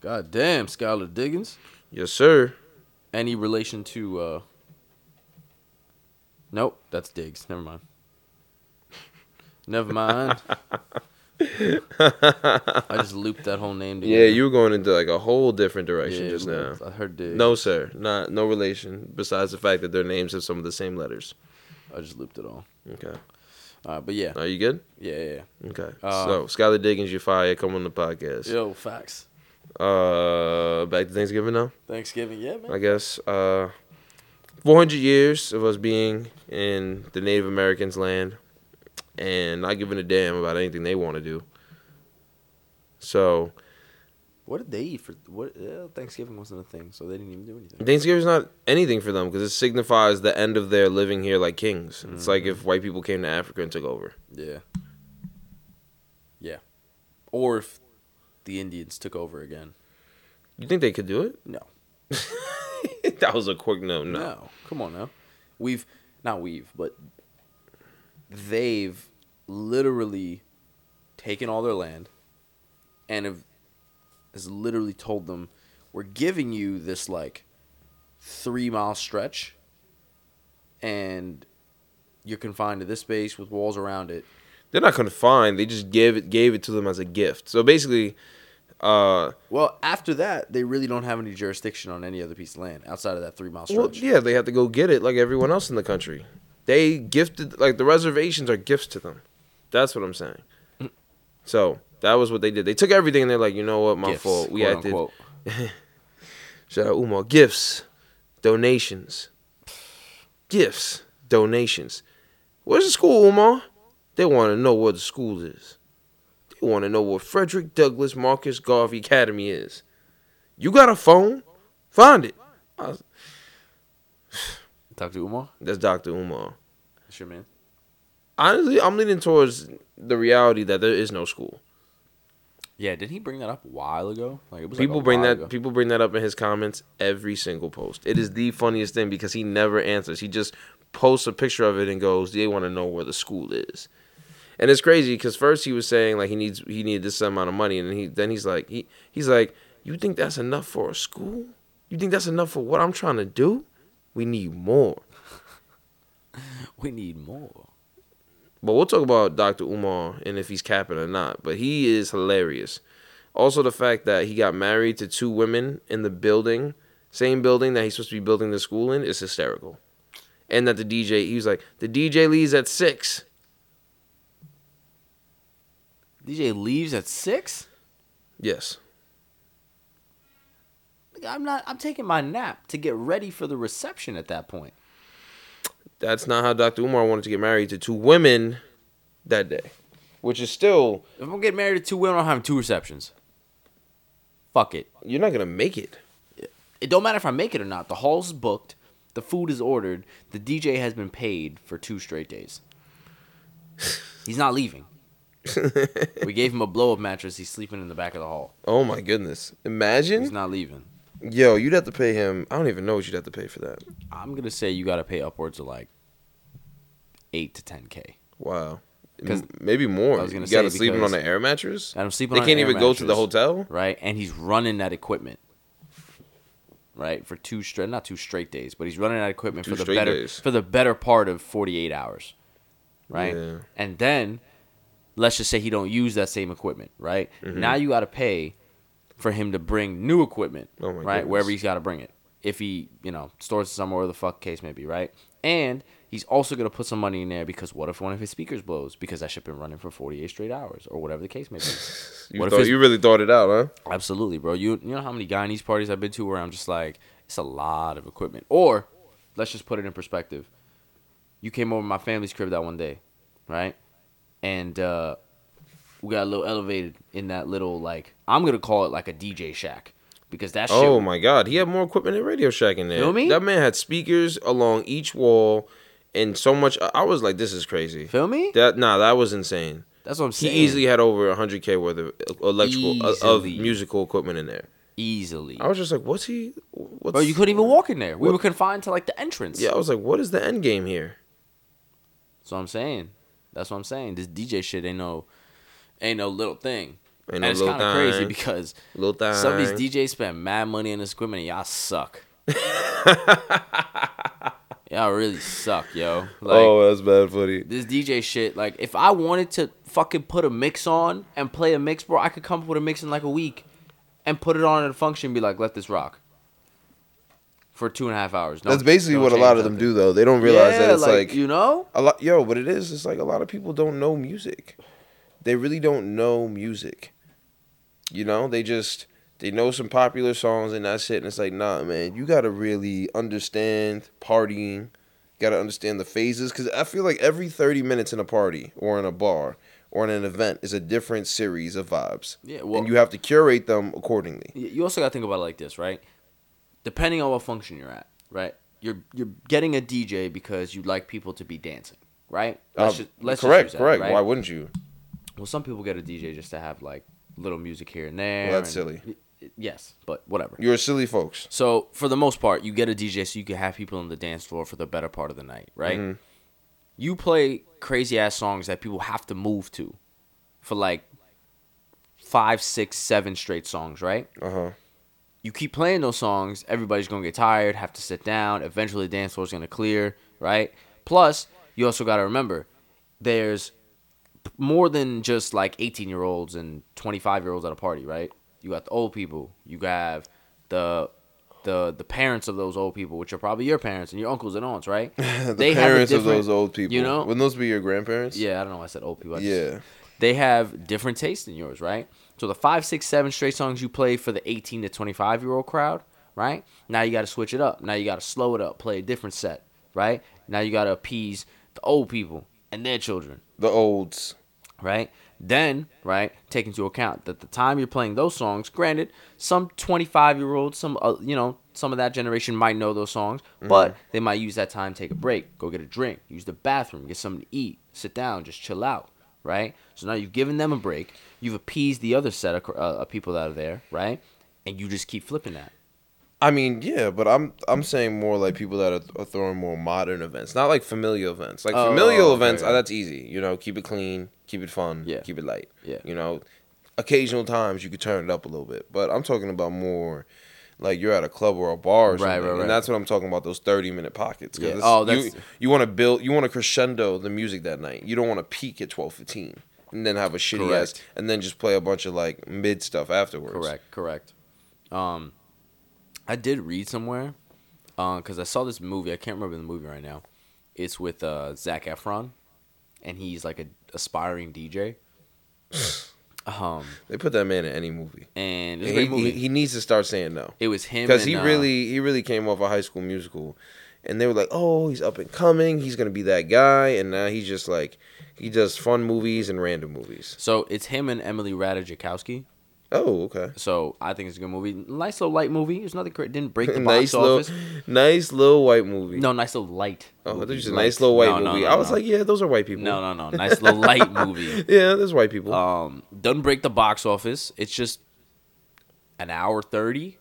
[SPEAKER 3] God damn, Skylar Diggins.
[SPEAKER 2] Yes, sir.
[SPEAKER 3] Any relation to uh Nope, that's Diggs. Never mind. Never mind. I just looped that whole name together.
[SPEAKER 2] Yeah, you were going into like a whole different direction
[SPEAKER 3] Yeah,
[SPEAKER 2] just now.
[SPEAKER 3] I heard Diggs.
[SPEAKER 2] No, sir. Not no relation. Besides the fact that their names have some of the same letters.
[SPEAKER 3] I just looped it all.
[SPEAKER 2] Okay.
[SPEAKER 3] Uh, but yeah.
[SPEAKER 2] Are you good?
[SPEAKER 3] Yeah, yeah,
[SPEAKER 2] Okay.
[SPEAKER 3] Uh,
[SPEAKER 2] so Skylar Diggins, you fire. Come on the podcast.
[SPEAKER 3] yeah. Yo, facts.
[SPEAKER 2] Uh, back to Thanksgiving now.
[SPEAKER 3] Thanksgiving, yeah, man.
[SPEAKER 2] I guess. Uh, 400 years of us being in the Native Americans' land, and not giving a damn about anything they want to do. So
[SPEAKER 3] What did they eat for what? Uh, Thanksgiving wasn't a thing, so they didn't even do anything.
[SPEAKER 2] Thanksgiving's not anything for them because it signifies the end of their living here like kings. It's like
[SPEAKER 3] Mm-hmm.
[SPEAKER 2] if white people came to Africa and took over.
[SPEAKER 3] Yeah. Yeah. Or if the Indians took over again.
[SPEAKER 2] You think they could do it?
[SPEAKER 3] No.
[SPEAKER 2] that was a quick no, no.
[SPEAKER 3] No. Come on now. We've not we've, but they've literally taken all their land and have has literally told them we're giving you this like 3 mile stretch and you're confined to this space with walls around it.
[SPEAKER 2] They're not confined. They just gave it gave it to them as a gift. So basically, uh,
[SPEAKER 3] Well, after that, they really don't have any jurisdiction on any other piece of land outside of that three mile stretch.
[SPEAKER 2] well, yeah, they have to go get it like everyone else in the country. They gifted like the reservations are gifts to them. That's what I'm saying.
[SPEAKER 3] Mm.
[SPEAKER 2] So that was what they did. They took everything and they're like, you know what, my
[SPEAKER 3] Gifts,
[SPEAKER 2] fault. We
[SPEAKER 3] quote,
[SPEAKER 2] acted.
[SPEAKER 3] unquote.
[SPEAKER 2] Shout out Umar. Gifts, donations, gifts, donations. Where's the school, Umar? They want to know where the school is. They You want to know what Frederick Douglass Marcus Garvey Academy is? You got a phone? Find it. I was-
[SPEAKER 3] Talk to Umar.
[SPEAKER 2] that's Dr. Umar.
[SPEAKER 3] That's your man.
[SPEAKER 2] Honestly, I'm leaning towards the reality that there is no school.
[SPEAKER 3] Yeah, did he bring that up a while ago? Like it was like,
[SPEAKER 2] People
[SPEAKER 3] a
[SPEAKER 2] bring
[SPEAKER 3] while
[SPEAKER 2] that
[SPEAKER 3] ago.
[SPEAKER 2] people bring that up in his comments every single post. It is the funniest thing because he never answers. He just posts a picture of it and goes, "They want to know where the school is." And it's crazy because first he was saying like he needs he needed this amount of money, and then he then he's like he he's like, "You think that's enough for a school? You think that's enough for what I'm trying to do? We need more."
[SPEAKER 3] we need more.
[SPEAKER 2] But we'll talk about Dr. Umar and if he's capping or not. But he is hilarious. Also, the fact that he got married to two women in the building, same building that he's supposed to be building the school in, is hysterical. And that the DJ, he was like, the DJ leaves at six.
[SPEAKER 3] DJ leaves at six.
[SPEAKER 2] Yes.
[SPEAKER 3] Nigga, I'm not. I'm taking my nap to get ready for the reception at that point.
[SPEAKER 2] That's not how Dr. Umar wanted to get married to two women that day, which is still,
[SPEAKER 3] If I'm getting married to two women, I'm having two receptions. Fuck it.
[SPEAKER 2] you're not going to make it.
[SPEAKER 3] It don't matter if I make it or not. The hall's booked. The food is ordered. The DJ has been paid for two straight days. He's not leaving. we gave him a blow up mattress. He's sleeping in the back of the hall.
[SPEAKER 2] Oh my goodness.
[SPEAKER 3] He's
[SPEAKER 2] Imagine.
[SPEAKER 3] not leaving.
[SPEAKER 2] Yo, you'd have to pay him. I don't even know what you'd have to pay for that.
[SPEAKER 3] I'm gonna say you gotta pay upwards of like eight to ten k.
[SPEAKER 2] Wow.
[SPEAKER 3] 'Cause-
[SPEAKER 2] M- maybe more.
[SPEAKER 3] I was gonna
[SPEAKER 2] you got to
[SPEAKER 3] say
[SPEAKER 2] sleeping on
[SPEAKER 3] because-
[SPEAKER 2] an air mattress.
[SPEAKER 3] And I'm sleeping.
[SPEAKER 2] They
[SPEAKER 3] on an
[SPEAKER 2] can't
[SPEAKER 3] air
[SPEAKER 2] even go to the
[SPEAKER 3] mattress,
[SPEAKER 2] hotel.
[SPEAKER 3] right? And he's running that equipment, right, for two straight, not two straight days, but he's running that equipment
[SPEAKER 2] Two
[SPEAKER 3] for the
[SPEAKER 2] straight
[SPEAKER 3] better
[SPEAKER 2] days.
[SPEAKER 3] for the better part of 48 hours, right?
[SPEAKER 2] Yeah.
[SPEAKER 3] And then let's just say he don't use that same equipment, right?
[SPEAKER 2] Mm-hmm.
[SPEAKER 3] Now you got to pay for him to bring new equipment,
[SPEAKER 2] Oh my
[SPEAKER 3] right?
[SPEAKER 2] goodness.
[SPEAKER 3] Wherever he's got to bring it, if he you know stores it somewhere, the fuck case may be, right? And he's also gonna put some money in there because what if one of his speakers blows? Because that shit been running for 48 straight hours or whatever the case may be.
[SPEAKER 2] You,
[SPEAKER 3] What if
[SPEAKER 2] thought,
[SPEAKER 3] it's-
[SPEAKER 2] you really thought it out, huh?
[SPEAKER 3] Absolutely, bro. You you know how many Guyanese parties I've been to where I'm just like, it's a lot of equipment. Or let's just put it in perspective. You came over to my family's crib that one day, right? And uh, we got a little elevated in that little like I'm gonna call it like a DJ shack because that shit.
[SPEAKER 2] Oh my God, he had more equipment than Radio Shack in there.
[SPEAKER 3] Feel me?
[SPEAKER 2] That man had speakers along each wall, and so much. I- I was like, this is crazy.
[SPEAKER 3] Feel me?
[SPEAKER 2] That nah, that was insane.
[SPEAKER 3] That's what I'm
[SPEAKER 2] He
[SPEAKER 3] saying.
[SPEAKER 2] easily had over 100k worth of electrical uh, of
[SPEAKER 3] Easily.
[SPEAKER 2] musical equipment in there.
[SPEAKER 3] easily.
[SPEAKER 2] I was just like, what's he? What's
[SPEAKER 3] Bro, you couldn't even walk in there. We were confined to like the entrance.
[SPEAKER 2] Yeah, I was like, what is the end game here?
[SPEAKER 3] That's what I'm saying. That's what I'm saying. This DJ shit ain't no, ain't no little thing.
[SPEAKER 2] Ain't
[SPEAKER 3] and
[SPEAKER 2] no
[SPEAKER 3] it's
[SPEAKER 2] little
[SPEAKER 3] kind of crazy
[SPEAKER 2] thing.
[SPEAKER 3] because
[SPEAKER 2] Little thing.
[SPEAKER 3] some of these DJs spend mad money on this equipment and y'all suck. y'all really suck, yo. Like
[SPEAKER 2] Oh, that's bad footy.
[SPEAKER 3] this DJ shit. Like if I wanted to fucking put a mix on and play a mix, bro, I could come up with a mix in like a week and put it on at a function. and Be like, let this rock for two and a half hours. No-
[SPEAKER 2] That's basically
[SPEAKER 3] no
[SPEAKER 2] what a
[SPEAKER 3] change,
[SPEAKER 2] lot of them
[SPEAKER 3] nothing.
[SPEAKER 2] do, though. They don't realize that
[SPEAKER 3] Yeah,
[SPEAKER 2] it's like,
[SPEAKER 3] you know.
[SPEAKER 2] a lot. Yo, what it is, it's like a lot of people don't know music. They really don't know music. You know, they just they know some popular songs and that's it. And it's like, nah, man, you gotta really understand partying. gotta understand the phases because I feel like every thirty minutes in a party or in a bar or in an event is a different series of vibes.
[SPEAKER 3] Yeah, well-
[SPEAKER 2] and you have to curate them accordingly.
[SPEAKER 3] Y- you also got to think about it like this, right? Depending on what function you're at, right? You're you're getting a DJ because you like people to be dancing, right?
[SPEAKER 2] Uh,
[SPEAKER 3] ju- let's just
[SPEAKER 2] correct,
[SPEAKER 3] use that,
[SPEAKER 2] correct.
[SPEAKER 3] right?
[SPEAKER 2] Why wouldn't you?
[SPEAKER 3] well, some people get a DJ just to have like little music here and there.
[SPEAKER 2] Well, that's
[SPEAKER 3] and-
[SPEAKER 2] silly.
[SPEAKER 3] y- y- Yes, but whatever.
[SPEAKER 2] You're silly folks.
[SPEAKER 3] So for the most part, you get a DJ so you can have people on the dance floor for the better part of the night, right?
[SPEAKER 2] Mm-hmm.
[SPEAKER 3] You play crazy ass songs that people have to move to, for like five, six, seven straight songs, right?
[SPEAKER 2] Uh huh.
[SPEAKER 3] you keep playing those songs, everybody's gonna get tired, have to sit down. Eventually, the dance floor's gonna clear, right? Plus, you also gotta remember, there's p- more than just like 18 year olds and 25 year olds at a party, right? You got the old people, you have the the the parents of those old people, which are probably your parents and your uncles and aunts, right?
[SPEAKER 2] the
[SPEAKER 3] They have a
[SPEAKER 2] parents of
[SPEAKER 3] different-
[SPEAKER 2] those old people.
[SPEAKER 3] You know,
[SPEAKER 2] wouldn't those be your grandparents?
[SPEAKER 3] yeah, I don't know. why I said old people. I just-
[SPEAKER 2] Yeah.
[SPEAKER 3] they have different tastes than yours, right? So the five, six, seven straight songs you play for the 18 to 25 year old crowd, right? Now you got to switch it up. Now you got to slow it up, play a different set, right? Now you got to appease the old people and their children,
[SPEAKER 2] The olds.
[SPEAKER 3] right? Then, right, take into account that the time you're playing those songs, granted, some 25 year olds, some, uh, you know, some of that generation might know those songs, but they might use that time, take a break, go get a drink, use the bathroom, get something to eat, sit down, just chill out, right? So now you've given them a break, you've appeased the other set of cr- uh, of people that are there, right? And you just keep flipping that.
[SPEAKER 2] I mean, yeah, but I'm I'm saying more like people that are, are throwing more modern events, not like familial events. Like
[SPEAKER 3] Oh,
[SPEAKER 2] familial
[SPEAKER 3] okay,
[SPEAKER 2] events,
[SPEAKER 3] yeah.
[SPEAKER 2] ah, that's easy. You know, keep it clean, keep it fun,
[SPEAKER 3] Yeah.
[SPEAKER 2] keep it light.
[SPEAKER 3] Yeah.
[SPEAKER 2] You know, occasional times you could turn it up a little bit, but I'm talking about more like you're at a club or a bar or
[SPEAKER 3] Right,
[SPEAKER 2] something,
[SPEAKER 3] right, right.
[SPEAKER 2] and that's what I'm talking about. Those 30 minute pockets. 'cause
[SPEAKER 3] Yeah.
[SPEAKER 2] this-
[SPEAKER 3] Oh,
[SPEAKER 2] you,
[SPEAKER 3] that's-
[SPEAKER 2] you want to build, you want to crescendo the music that night. You don't want to peak at 12:15 and then have a shitty ass,
[SPEAKER 3] Correct.
[SPEAKER 2] and then just play a bunch of like mid stuff afterwards.
[SPEAKER 3] Correct, correct. Um, I did read somewhere, um, because I saw this movie. I can't remember the movie right now. It's with uh Zach Efron, and he's like a aspiring DJ. um,
[SPEAKER 2] They put that man in any movie.
[SPEAKER 3] and it was a
[SPEAKER 2] He,
[SPEAKER 3] great
[SPEAKER 2] he,
[SPEAKER 3] movie.
[SPEAKER 2] he needs to start saying no.
[SPEAKER 3] it was him
[SPEAKER 2] because he
[SPEAKER 3] and, uh,
[SPEAKER 2] really he really came off a High School Musical, and they were like, "Oh, he's up and coming. He's gonna be that guy." And now he's just like, he does fun movies and random movies.
[SPEAKER 3] So it's him and Emily Ratajkowski.
[SPEAKER 2] Oh, okay.
[SPEAKER 3] So I think it's a good movie. Nice little light movie. It's nothing. cra- Didn't break the box
[SPEAKER 2] nice little,
[SPEAKER 3] office.
[SPEAKER 2] nice little white movie.
[SPEAKER 3] No, nice little light.
[SPEAKER 2] oh, I thought you
[SPEAKER 3] movie.
[SPEAKER 2] said
[SPEAKER 3] Light.
[SPEAKER 2] nice little white
[SPEAKER 3] No, no,
[SPEAKER 2] movie.
[SPEAKER 3] no,
[SPEAKER 2] I was
[SPEAKER 3] no.
[SPEAKER 2] like, yeah, those are white people.
[SPEAKER 3] no, no, no, nice little light movie.
[SPEAKER 2] Yeah, there's white people.
[SPEAKER 3] Um, doesn't break the box office. It's just an hour thirty.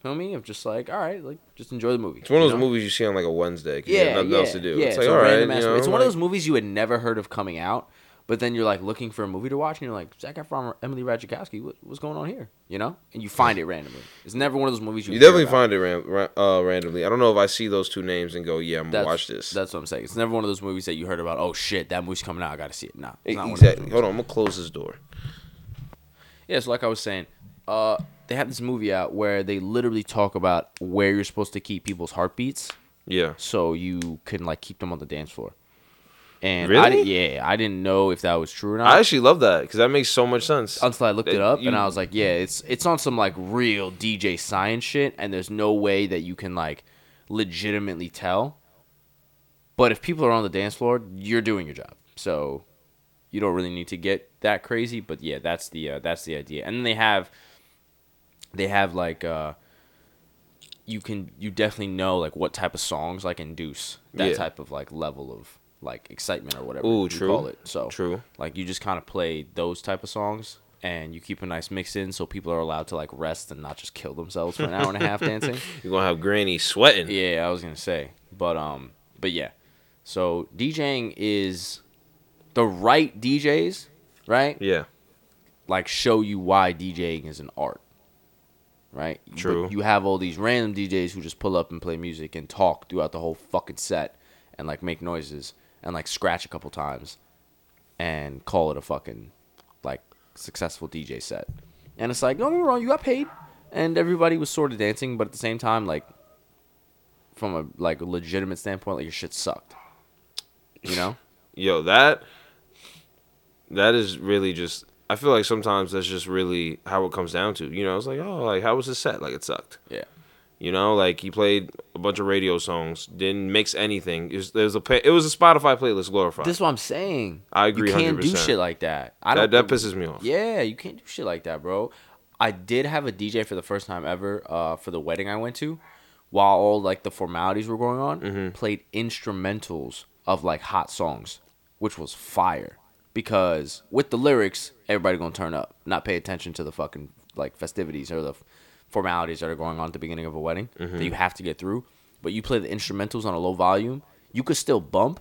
[SPEAKER 3] Feel me? Of just like, all right, like just enjoy the movie.
[SPEAKER 2] it's one of
[SPEAKER 3] you
[SPEAKER 2] those
[SPEAKER 3] know?
[SPEAKER 2] movies you see on like a Wednesday. 'cause you
[SPEAKER 3] Yeah,
[SPEAKER 2] have nothing
[SPEAKER 3] yeah,
[SPEAKER 2] else to do.
[SPEAKER 3] yeah.
[SPEAKER 2] It's like,
[SPEAKER 3] a
[SPEAKER 2] all right, you
[SPEAKER 3] random ass
[SPEAKER 2] know,
[SPEAKER 3] movie. it's one of
[SPEAKER 2] like-
[SPEAKER 3] those movies you had never heard of coming out, but then you're like looking for a movie to watch, and you're like Zac Efron, or Emily Ratajkowski, what, what's going on here? You know, and you find it randomly. It's never one of those movies you.
[SPEAKER 2] You
[SPEAKER 3] hear
[SPEAKER 2] definitely
[SPEAKER 3] about.
[SPEAKER 2] find it ran, ra- uh, randomly. I don't know if I see those two names and go, yeah, I'm gonna
[SPEAKER 3] That's,
[SPEAKER 2] watch this.
[SPEAKER 3] That's what I'm saying. It's never one of those movies that you heard about. Oh shit, that movie's coming out. I gotta see it. Nah, it's
[SPEAKER 2] E-
[SPEAKER 3] not one of those
[SPEAKER 2] exactly.
[SPEAKER 3] movies.
[SPEAKER 2] Hold on, I'm gonna close this door.
[SPEAKER 3] Yeah, so like I was saying, uh, they have this movie out where they literally talk about where you're supposed to keep people's heartbeats
[SPEAKER 2] Yeah.
[SPEAKER 3] so you can like keep them on the dance floor. And I
[SPEAKER 2] Really?
[SPEAKER 3] di- yeah, I didn't know if that was true or not
[SPEAKER 2] I actually love that because that makes so much sense.
[SPEAKER 3] until I looked it
[SPEAKER 2] Uh,
[SPEAKER 3] up
[SPEAKER 2] you-
[SPEAKER 3] and I was like, yeah, it's it's on some like real DJ science shit, and there's no way that you can like legitimately tell. But if people are on the dance floor, you're doing your job, so you don't really need to get that crazy. But yeah, that's the uh, that's the idea, and then they have they have like uh you can you definitely know like what type of songs like induce that
[SPEAKER 2] Yeah.
[SPEAKER 3] type of like level of like excitement or whatever
[SPEAKER 2] Ooh,
[SPEAKER 3] you
[SPEAKER 2] true.
[SPEAKER 3] call it. So
[SPEAKER 2] True.
[SPEAKER 3] like you just kind of play those type of songs and you keep a nice mix in so people are allowed to like rest and not just kill themselves for an hour and a half dancing.
[SPEAKER 2] You're gonna have Granny sweating.
[SPEAKER 3] Yeah, I was gonna say, but um, but yeah. So DJing is the right DJs, right?
[SPEAKER 2] Yeah.
[SPEAKER 3] like show you why DJing is an art. Right? But
[SPEAKER 2] True.
[SPEAKER 3] you have all these random DJs who just pull up and play music and talk throughout the whole fucking set and like make noises and like scratch a couple times and call it a fucking like successful DJ set. And it's like, don't get me wrong, you got paid and everybody was sort of dancing, but at the same time, like from a like legitimate standpoint, like your shit sucked. You know?
[SPEAKER 2] Yo, that that is really just. I feel like sometimes that's just really how it comes down to. You know, it's like, oh, like how was the set? Like it sucked.
[SPEAKER 3] yeah.
[SPEAKER 2] You know, like he played a bunch of radio songs, didn't mix anything. It was, there was a pay, it was a Spotify playlist glorified.
[SPEAKER 3] This is what I'm saying.
[SPEAKER 2] I agree
[SPEAKER 3] You can't do
[SPEAKER 2] 100%.
[SPEAKER 3] shit like that. I
[SPEAKER 2] that
[SPEAKER 3] don't.
[SPEAKER 2] that pisses me off.
[SPEAKER 3] Yeah, you can't do shit like that, bro. I did have a DJ for the first time ever uh, for the wedding I went to, while all like the formalities were going on, played instrumentals of like hot songs, which was fire. Because with the lyrics, everybody gonna turn up, not pay attention to the fucking like festivities or the f- formalities that are going on at the beginning of a wedding that you have to get through. But you play the instrumentals on a low volume, you could still bump,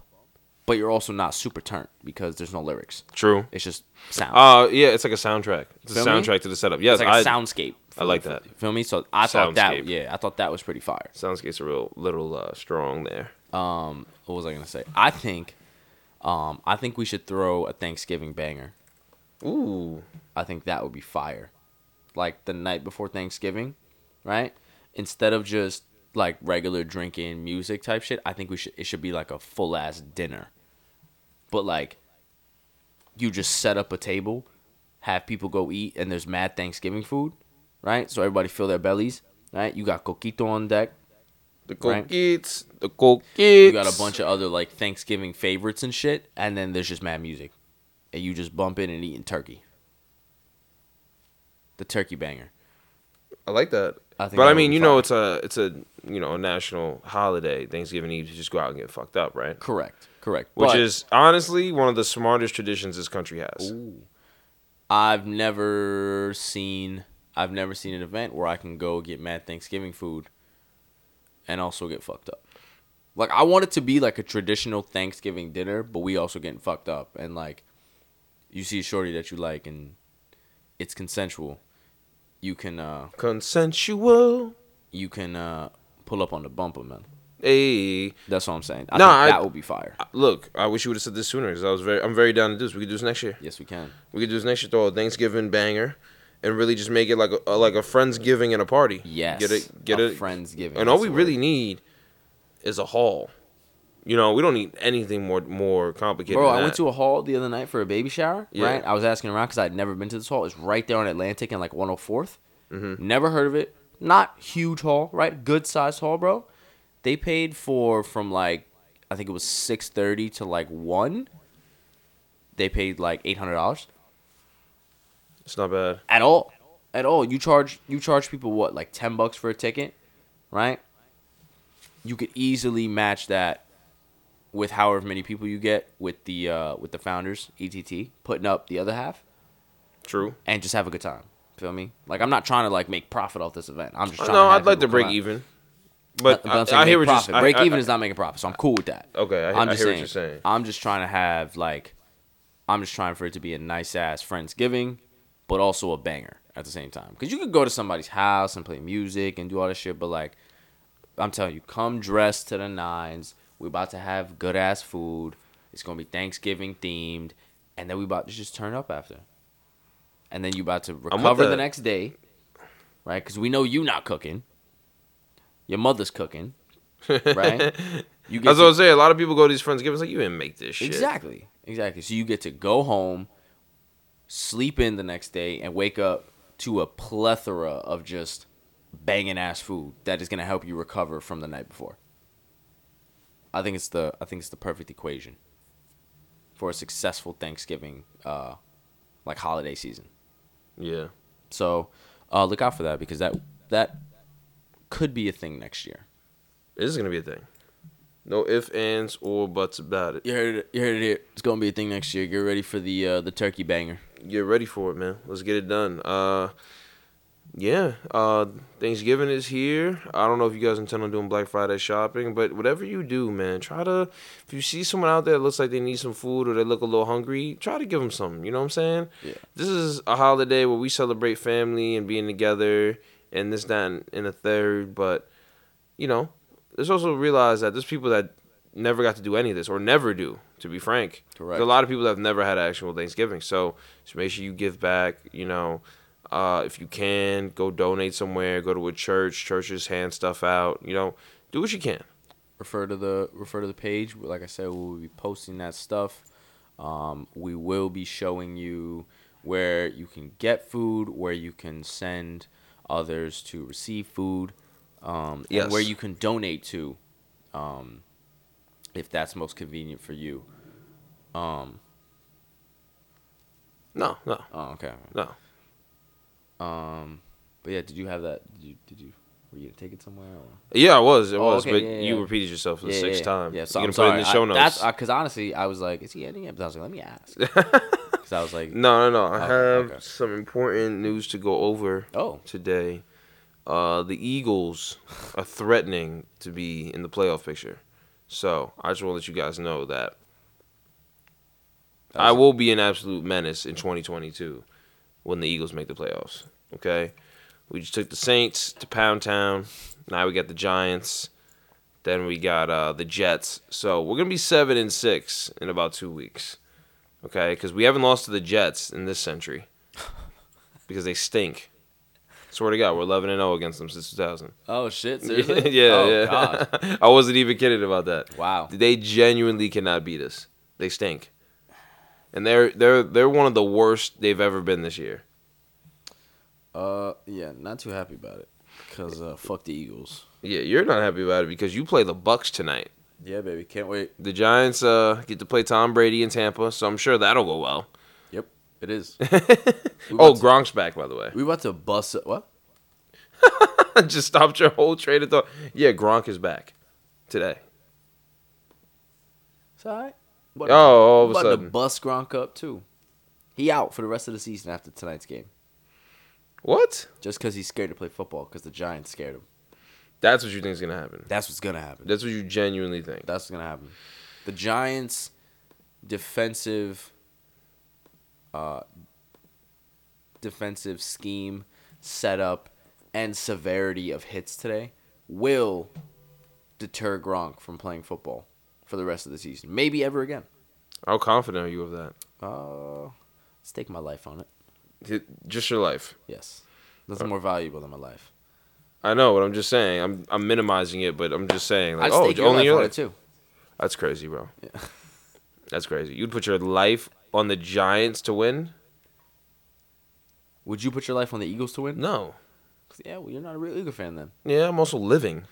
[SPEAKER 3] but you're also not super turnt because there's no lyrics.
[SPEAKER 2] True.
[SPEAKER 3] It's just sound.
[SPEAKER 2] Uh, yeah, it's like a soundtrack. It's
[SPEAKER 3] Feel
[SPEAKER 2] a
[SPEAKER 3] me?
[SPEAKER 2] soundtrack to the setup. Yes,
[SPEAKER 3] it's like a
[SPEAKER 2] I-
[SPEAKER 3] soundscape.
[SPEAKER 2] I like that.
[SPEAKER 3] Feel me? So I thought that
[SPEAKER 2] Soundscape.
[SPEAKER 3] yeah, I thought that was pretty fire.
[SPEAKER 2] Soundscape's a real little uh, strong there.
[SPEAKER 3] Um, what was I gonna say? I think, um, I think we should throw a Thanksgiving banger.
[SPEAKER 2] Ooh.
[SPEAKER 3] I think that would be fire. Like the night before Thanksgiving, right? Instead of just like regular drinking music type shit, I think we should it should be like a full ass dinner. But like you just set up a table, have people go eat and there's mad Thanksgiving food, right? So everybody fill their bellies, right? You got coquito on deck,
[SPEAKER 2] The
[SPEAKER 3] Right.
[SPEAKER 2] coquets. The coquets.
[SPEAKER 3] you got a bunch of other like Thanksgiving favorites and shit, and then there's just mad music. and you just bump in and eating turkey. The turkey banger.
[SPEAKER 2] I like that.
[SPEAKER 3] I think
[SPEAKER 2] but I
[SPEAKER 3] that would
[SPEAKER 2] mean,
[SPEAKER 3] be
[SPEAKER 2] you know,
[SPEAKER 3] fire.
[SPEAKER 2] it's a it's a you know a national holiday, Thanksgiving Eve. You just go out and get fucked up, right?
[SPEAKER 3] Correct. Correct.
[SPEAKER 2] Which
[SPEAKER 3] But
[SPEAKER 2] is honestly one of the smartest traditions this country has.
[SPEAKER 3] I've never seen I've never seen an event where I can go get mad Thanksgiving food and also get fucked up. Like I want it to be like a traditional Thanksgiving dinner, but we also getting fucked up and like you see a shorty that you like and it's consensual. You can uh
[SPEAKER 2] Consensual.
[SPEAKER 3] you can uh pull up on the bumper, man.
[SPEAKER 2] Hey,
[SPEAKER 3] That's what I'm saying. I
[SPEAKER 2] No,
[SPEAKER 3] think
[SPEAKER 2] I-
[SPEAKER 3] that would be fire.
[SPEAKER 2] look, I wish you would have said this sooner because I was very, I'm very down to do this. We could do this next year.
[SPEAKER 3] Yes, we can.
[SPEAKER 2] We could do this next year, throw a Thanksgiving banger, and really just make it like a like a friendsgiving and a party.
[SPEAKER 3] Yes,
[SPEAKER 2] get it, get
[SPEAKER 3] a
[SPEAKER 2] it,
[SPEAKER 3] friendsgiving,
[SPEAKER 2] And all
[SPEAKER 3] that's
[SPEAKER 2] we
[SPEAKER 3] the
[SPEAKER 2] really
[SPEAKER 3] word.
[SPEAKER 2] need is a hall. You know, we don't need anything more more complicated.
[SPEAKER 3] Bro,
[SPEAKER 2] than
[SPEAKER 3] I
[SPEAKER 2] that.
[SPEAKER 3] went to a hall the other night for a baby shower,
[SPEAKER 2] Yeah.
[SPEAKER 3] right? I was asking around because I'd never been to this hall. It's right there on Atlantic and like 104th. Never heard of it. Not huge hall, right? Good sized hall, bro. They paid for from like I think it was 6:30 to like 1. They paid like $800
[SPEAKER 2] It's not bad.
[SPEAKER 3] at all. At all. You charge you charge people what? Like 10 bucks for a ticket, right? You could easily match that with however many people you get with the uh with the founders, ETT, putting up the other half
[SPEAKER 2] True.
[SPEAKER 3] and just have a good time. Feel me? Like I'm not trying to like make profit off this event. I'm just trying
[SPEAKER 2] Uh, No,
[SPEAKER 3] to have
[SPEAKER 2] I'd like to
[SPEAKER 3] people come
[SPEAKER 2] break
[SPEAKER 3] out.
[SPEAKER 2] even. But,
[SPEAKER 3] But I'm
[SPEAKER 2] I,
[SPEAKER 3] saying
[SPEAKER 2] I hear
[SPEAKER 3] make
[SPEAKER 2] what you're
[SPEAKER 3] profit.
[SPEAKER 2] saying.
[SPEAKER 3] Break
[SPEAKER 2] I-
[SPEAKER 3] even
[SPEAKER 2] I-
[SPEAKER 3] is not making profit, so I'm cool with that.
[SPEAKER 2] Okay, I-
[SPEAKER 3] I'm
[SPEAKER 2] I
[SPEAKER 3] just
[SPEAKER 2] hear what
[SPEAKER 3] saying,
[SPEAKER 2] you're saying.
[SPEAKER 3] I'm just trying to have like, I'm just trying for it to be a nice ass friendsgiving, but also a banger at the same time. Cause you could go to somebody's house and play music and do all that shit, but like, I'm telling you, come dressed to the nines. We about to have good ass food. It's gonna be Thanksgiving themed, and then we about to just turn up after. And then you about to
[SPEAKER 2] with
[SPEAKER 3] recover the
[SPEAKER 2] that.
[SPEAKER 3] next day, right? Because we know you not cooking. Your mother's cooking, right? You get
[SPEAKER 2] That's
[SPEAKER 3] to-
[SPEAKER 2] what I'm saying. A lot of people go to these friendsgivings like you didn't make this shit.
[SPEAKER 3] exactly, exactly. So you get to go home, sleep in the next day, and wake up to a plethora of just banging ass food that is gonna help you recover from the night before. I think it's the I think it's the perfect equation for a successful Thanksgiving, uh, like holiday season.
[SPEAKER 2] Yeah.
[SPEAKER 3] So uh, look out for that because that that could be a thing next year.
[SPEAKER 2] This is gonna be a thing. No ifs, ands, or buts about it.
[SPEAKER 3] You heard it. You heard it. Here. It's gonna be a thing next year. Get ready for the uh, the turkey banger.
[SPEAKER 2] Get ready for it, man. Let's get it done. Uh yeah. Uh Thanksgiving is here. I don't know if you guys intend on doing Black Friday shopping, but whatever you do, man, try to if you see someone out there that looks like they need some food or they look a little hungry, try to give them something. You know what I'm saying?
[SPEAKER 3] Yeah.
[SPEAKER 2] This is a holiday where we celebrate family and being together and this, that, and, and a third, but you know, let's also realize that there's people that never got to do any of this or never do, to be frank.
[SPEAKER 3] Correct.
[SPEAKER 2] There's a lot of people that have never had an actual Thanksgiving. So just make sure you give back, you know, uh, if you can, go donate somewhere, go to a church, churches hand stuff out, you know, do what you can.
[SPEAKER 3] Refer to the refer to the page. Like I said, we'll be posting that stuff. Um, we will be showing you where you can get food, where you can send others to receive food, um, and
[SPEAKER 2] Yes.
[SPEAKER 3] where you can donate to, um, if that's most convenient for you. Um,
[SPEAKER 2] No, no,
[SPEAKER 3] oh, okay.
[SPEAKER 2] no.
[SPEAKER 3] Um, but yeah, did you have that? Did you? Did you? Were you gonna take it somewhere? Or?
[SPEAKER 2] Yeah, I was. It
[SPEAKER 3] Oh,
[SPEAKER 2] was,
[SPEAKER 3] okay,
[SPEAKER 2] but
[SPEAKER 3] yeah,
[SPEAKER 2] you
[SPEAKER 3] yeah.
[SPEAKER 2] repeated yourself for the
[SPEAKER 3] yeah,
[SPEAKER 2] sixth
[SPEAKER 3] yeah,
[SPEAKER 2] time.
[SPEAKER 3] Yeah, so
[SPEAKER 2] You're
[SPEAKER 3] I'm
[SPEAKER 2] gonna
[SPEAKER 3] sorry.
[SPEAKER 2] put it in the show
[SPEAKER 3] I,
[SPEAKER 2] notes.
[SPEAKER 3] that's because honestly, I was like, is he ending it? But I was like, let me ask. Because I was like,
[SPEAKER 2] no, no, no. I
[SPEAKER 3] Okay,
[SPEAKER 2] have
[SPEAKER 3] okay.
[SPEAKER 2] some important news to go over.
[SPEAKER 3] oh,
[SPEAKER 2] today. Uh, the Eagles are threatening to be in the playoff picture. So I just want to let you guys know that I will be an absolute menace in 2022 when the Eagles make the playoffs. Okay, we just took the Saints to Pound Town. Now we got the Giants. Then we got uh, the Jets. So we're gonna be seven and six in about two weeks. Okay, because we haven't lost to the Jets in this century because they stink. Swear to God, we're 11 and 0 against them since 2000.
[SPEAKER 3] oh shit,
[SPEAKER 2] yeah,
[SPEAKER 3] seriously? oh,
[SPEAKER 2] yeah.
[SPEAKER 3] God.
[SPEAKER 2] I wasn't even kidding about that.
[SPEAKER 3] Wow.
[SPEAKER 2] They genuinely cannot beat us. They stink. And they're they're they're one of the worst they've ever been this year.
[SPEAKER 3] Uh, yeah, not too happy about it. Cause uh, fuck the Eagles.
[SPEAKER 2] Yeah, you're not happy about it because you play the Bucks tonight.
[SPEAKER 3] Yeah, baby, can't wait.
[SPEAKER 2] The Giants uh, get to play Tom Brady in Tampa, so I'm sure that'll go well.
[SPEAKER 3] It is. We
[SPEAKER 2] Oh,
[SPEAKER 3] about to-
[SPEAKER 2] Gronk's back, by the way.
[SPEAKER 3] we about to bust it. What?
[SPEAKER 2] Just stopped your whole trade of thought. Yeah, Gronk is back today.
[SPEAKER 3] It's all right. But,
[SPEAKER 2] Oh, all of a
[SPEAKER 3] about
[SPEAKER 2] sudden.
[SPEAKER 3] to bust Gronk up too. He out for the rest of the season after tonight's game,
[SPEAKER 2] What?
[SPEAKER 3] just because he's scared to play football because the Giants scared him.
[SPEAKER 2] That's what you think is gonna happen.
[SPEAKER 3] That's what's gonna happen.
[SPEAKER 2] That's what you genuinely think.
[SPEAKER 3] That's what's gonna happen. The Giants' defensive, uh, defensive scheme, setup, and severity of hits today will deter Gronk from playing football for the rest of the season, maybe ever again.
[SPEAKER 2] How confident are you of that?
[SPEAKER 3] Uh, let's take my life on it.
[SPEAKER 2] J- Just your life.
[SPEAKER 3] Yes,
[SPEAKER 2] Uh,
[SPEAKER 3] that's more valuable than my life.
[SPEAKER 2] I know, but I'm just saying. I'm I'm minimizing it, but I'm just saying.
[SPEAKER 3] I
[SPEAKER 2] Like,
[SPEAKER 3] just
[SPEAKER 2] oh,
[SPEAKER 3] take your
[SPEAKER 2] only
[SPEAKER 3] life
[SPEAKER 2] your
[SPEAKER 3] on
[SPEAKER 2] life.
[SPEAKER 3] it too.
[SPEAKER 2] That's crazy, bro. That's crazy. You'd put your life on the Giants to win?
[SPEAKER 3] Would you put your life on the Eagles to win?
[SPEAKER 2] No.
[SPEAKER 3] Yeah, well, you're not a real Eagle fan then.
[SPEAKER 2] Yeah, I'm also living.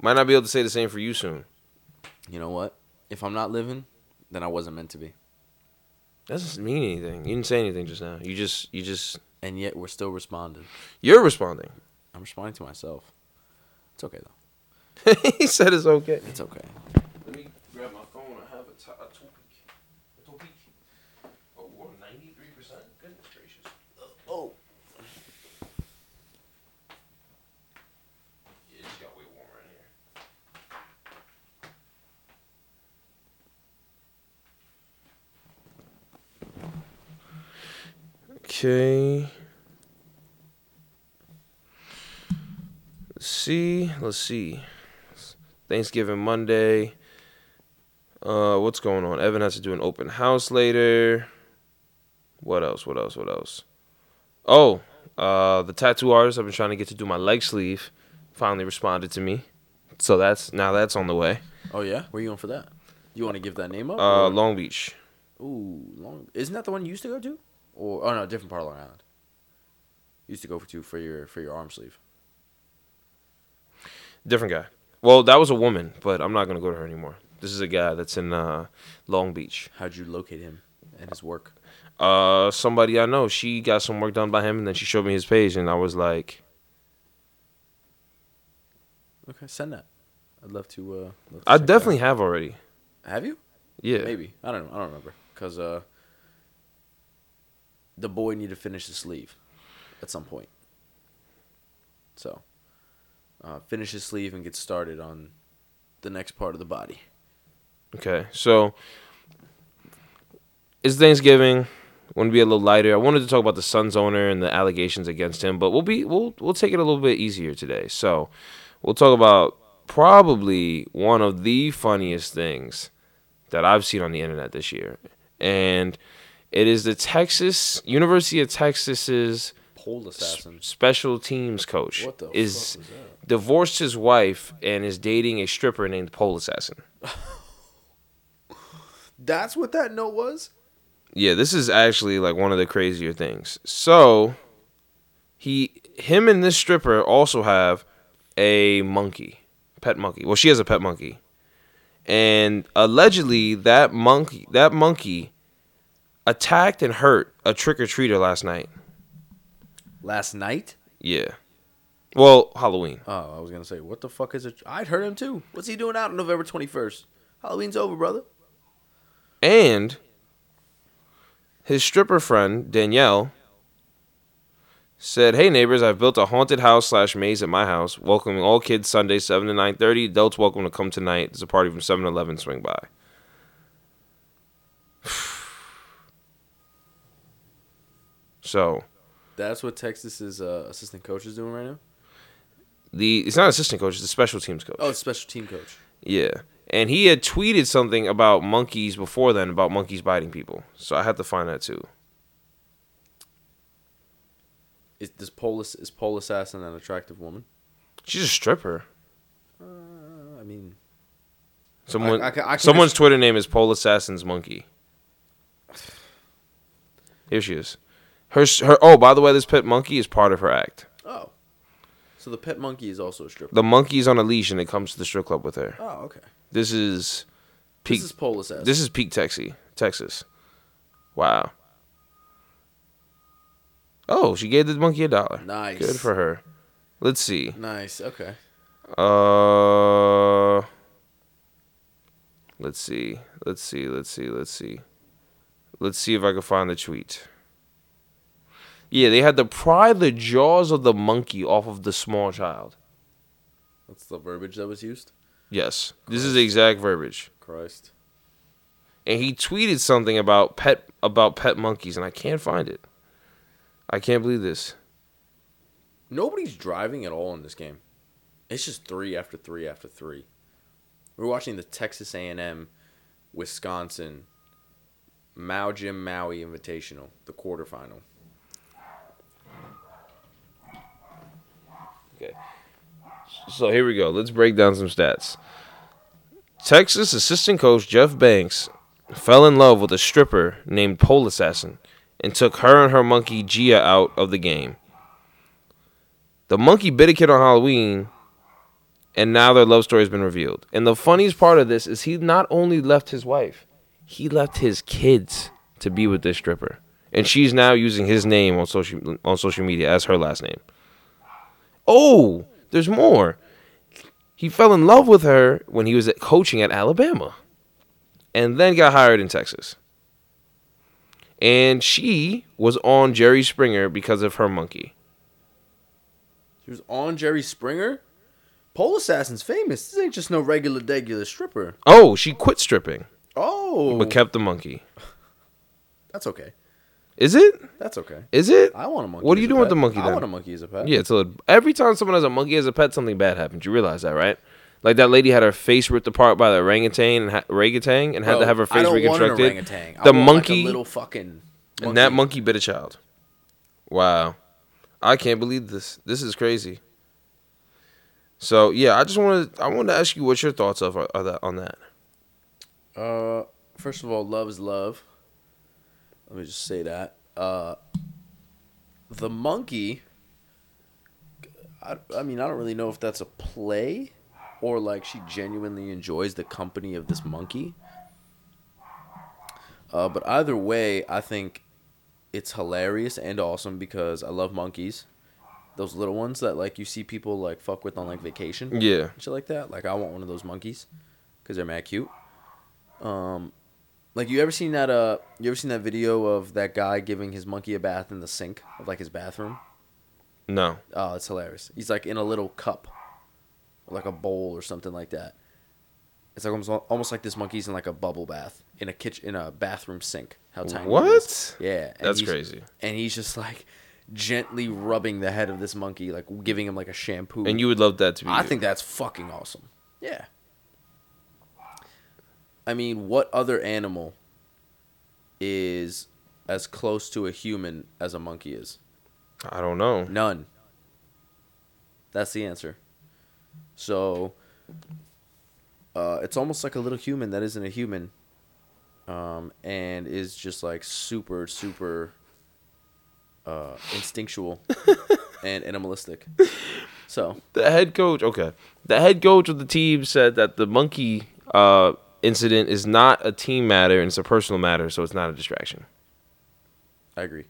[SPEAKER 2] Might not be able to say the same for you soon.
[SPEAKER 3] You know what? If I'm not living, then I wasn't meant to be.
[SPEAKER 2] That doesn't mean anything. You didn't say anything just now. You just you just
[SPEAKER 3] and yet we're still responding.
[SPEAKER 2] you're responding.
[SPEAKER 3] I'm responding to myself. It's okay though.
[SPEAKER 2] he said it's okay.
[SPEAKER 3] It's okay.
[SPEAKER 2] Let me grab my phone. I have a, t- a topic. A topic. Oh, we're 93%? Goodness gracious.
[SPEAKER 3] Oh,
[SPEAKER 2] Yeah, it's got way warmer in here. Okay. Let's see. Let's see. Thanksgiving Monday. Uh, what's going on? Evan has to do an open house later. What else? What else? What else? Oh, uh, the tattoo artist I've been trying to get to do my leg sleeve finally responded to me. So that's now that's on the way.
[SPEAKER 3] oh yeah. Where you going for that? You want to give that name up?
[SPEAKER 2] Uh,
[SPEAKER 3] or-
[SPEAKER 2] Long Beach.
[SPEAKER 3] Ooh, long. Isn't that the one you used to go to? Or oh no, different part of Long Island. You used to go for to for your for your arm sleeve.
[SPEAKER 2] Different guy. Well, that was a woman, but I'm not gonna go to her anymore. This is a guy that's in uh, Long Beach.
[SPEAKER 3] How'd you locate him and his work?
[SPEAKER 2] Uh, somebody I know, she got some work done by him, and then she showed me his page, and I was like,
[SPEAKER 3] Okay, send that. I'd love to. Uh, love to
[SPEAKER 2] I
[SPEAKER 3] check that
[SPEAKER 2] definitely have already.
[SPEAKER 3] out. have you.
[SPEAKER 2] Yeah.
[SPEAKER 3] Maybe I don't know. I don't remember because uh, the boy needed to finish his sleeve at some point. So uh, finish his sleeve and get started on the next part of the body.
[SPEAKER 2] Okay, so it's Thanksgiving. Want to be a little lighter. I wanted to talk about the Suns owner and the allegations against him, but we'll be we'll we'll take it a little bit easier today. So we'll talk about probably one of the funniest things that I've seen on the internet this year, and it is the Texas University of Texas's
[SPEAKER 3] Pole assassin.
[SPEAKER 2] special teams coach
[SPEAKER 3] What the
[SPEAKER 2] is
[SPEAKER 3] fuck was that?
[SPEAKER 2] divorced his wife and is dating a stripper named Pole Assassin.
[SPEAKER 3] That's what that note was.
[SPEAKER 2] yeah, this is actually like one of the crazier things. So he him and this stripper also have a monkey, pet monkey. Well, she has a pet monkey. And allegedly that monkey that monkey attacked and hurt a trick-or-treater last night.
[SPEAKER 3] Last night.
[SPEAKER 2] Yeah. Well, Halloween.
[SPEAKER 3] Oh, I was gonna say, what the fuck is it? I'd heard him too. What's he doing out on November twenty first? Halloween's over, brother.
[SPEAKER 2] And his stripper friend, Danielle, said, Hey neighbors, I've built a haunted house slash maze at my house, welcoming all kids Sunday, seven to nine thirty. Adults welcome to come tonight. There's a party from seven to eleven, swing by. So
[SPEAKER 3] That's what Texas's uh, assistant coach is doing right now.
[SPEAKER 2] the it's not assistant coach, it's the special teams coach.
[SPEAKER 3] Oh, special team coach.
[SPEAKER 2] Yeah. And he had tweeted something about monkeys before then, about monkeys biting people. So I had to find that too.
[SPEAKER 3] Is this pole ass- is pole assassin an attractive woman?
[SPEAKER 2] She's a stripper.
[SPEAKER 3] Uh, I mean,
[SPEAKER 2] Someone,
[SPEAKER 3] I- I can- I can
[SPEAKER 2] someone's Twitter name is Pole Assassin's Monkey. Here she is. Her, s- her. Oh, by the way, this pet monkey is part of her act.
[SPEAKER 3] oh, so the pet monkey is also a stripper.
[SPEAKER 2] The monkey is on a leash and it comes to the strip club with her.
[SPEAKER 3] Oh, okay.
[SPEAKER 2] This is peak.
[SPEAKER 3] This is pole assassin.
[SPEAKER 2] This is peak Texas. Texas. Wow. Oh, she gave the monkey a dollar.
[SPEAKER 3] Nice.
[SPEAKER 2] Good for her. Let's see.
[SPEAKER 3] Nice. Okay.
[SPEAKER 2] Uh, let's see. Let's see. Let's see. Let's see. Let's see if I can find the tweet. Yeah, they had to pry the jaws of the monkey off of the small child.
[SPEAKER 3] That's the verbiage that was used.
[SPEAKER 2] Yes, this is the exact verbiage.
[SPEAKER 3] Christ.
[SPEAKER 2] And he tweeted something about pet about pet monkeys, and I can't find it. I can't believe this.
[SPEAKER 3] Nobody's driving at all in this game. It's just three after three after three. We're watching the Texas A&M, Wisconsin, Mao Jim Maui Invitational, the quarterfinal.
[SPEAKER 2] So here we go. Let's break down some stats. Texas assistant coach Jeff Banks fell in love with a stripper named Pole Assassin and took her and her monkey Gia out of the game. The monkey bit a kid on Halloween, and now their love story has been revealed. And the funniest part of this is he not only left his wife, he left his kids to be with this stripper. And she's now using his name on social on social media as her last name. Oh, there's more. He fell in love with her when he was at coaching at Alabama and then got hired in Texas. And she was on Jerry Springer because of her monkey.
[SPEAKER 3] She was on Jerry Springer. Pole Assassin's famous. This ain't just no regular, regular stripper.
[SPEAKER 2] Oh, she quit stripping
[SPEAKER 3] Oh,
[SPEAKER 2] but kept the monkey.
[SPEAKER 3] that's okay.
[SPEAKER 2] Is it?
[SPEAKER 3] That's okay.
[SPEAKER 2] Is it?
[SPEAKER 3] I want a monkey.
[SPEAKER 2] What are
[SPEAKER 3] as
[SPEAKER 2] you
[SPEAKER 3] a
[SPEAKER 2] doing with
[SPEAKER 3] pet.
[SPEAKER 2] the monkey
[SPEAKER 3] I
[SPEAKER 2] then?
[SPEAKER 3] want a monkey as a pet.
[SPEAKER 2] Yeah, so every time someone has a monkey as a pet, something bad happens. You realize that, right? Like that lady had her face ripped apart by the orangutan and ha- orangutan and had to
[SPEAKER 3] Bro,
[SPEAKER 2] have her
[SPEAKER 3] I
[SPEAKER 2] face
[SPEAKER 3] don't Want an
[SPEAKER 2] reconstructed.
[SPEAKER 3] orangutan. I
[SPEAKER 2] The
[SPEAKER 3] want, like, a
[SPEAKER 2] monkey
[SPEAKER 3] little fucking.
[SPEAKER 2] And that monkey bit a child. Wow. I can't believe this. This is crazy. So yeah, I just wanted I wanted to ask you what your thoughts of are, are that on that.
[SPEAKER 3] Uh, first of all, love is love. Let me just say that. Uh, the monkey. I, I mean, I don't really know if that's a play or like she genuinely enjoys the company of this monkey. Uh, but either way, I think it's hilarious and awesome because I love monkeys. Those little ones that like you see people like fuck with on like vacation
[SPEAKER 2] Yeah.
[SPEAKER 3] and shit like that. Like I want one of those monkeys because they're mad cute. Um, like you ever seen that? Uh, you ever seen that video of that guy giving his monkey a bath in the sink of like his bathroom?
[SPEAKER 2] No.
[SPEAKER 3] Oh, it's hilarious. He's like in a little cup, or like a bowl or something like that. It's like almost almost like this monkey's in like a bubble bath in a kitchen in a bathroom sink. How tiny? it is.
[SPEAKER 2] What?
[SPEAKER 3] Yeah, and
[SPEAKER 2] That's
[SPEAKER 3] he's-
[SPEAKER 2] crazy.
[SPEAKER 3] And he's just like gently rubbing the head of this monkey, like giving him like a shampoo.
[SPEAKER 2] And you would love that to be.
[SPEAKER 3] I
[SPEAKER 2] you.
[SPEAKER 3] think that's fucking awesome. Yeah. I mean, what other animal is as close to a human as a monkey is?
[SPEAKER 2] I don't know.
[SPEAKER 3] None. That's the answer. So, uh, it's almost like a little human that isn't a human, um, and is just like super, super uh, instinctual and animalistic. So,
[SPEAKER 2] The head coach, okay. The head coach of the team said that the monkey uh incident is not a team matter and it's a personal matter, so it's not a distraction.
[SPEAKER 3] I agree.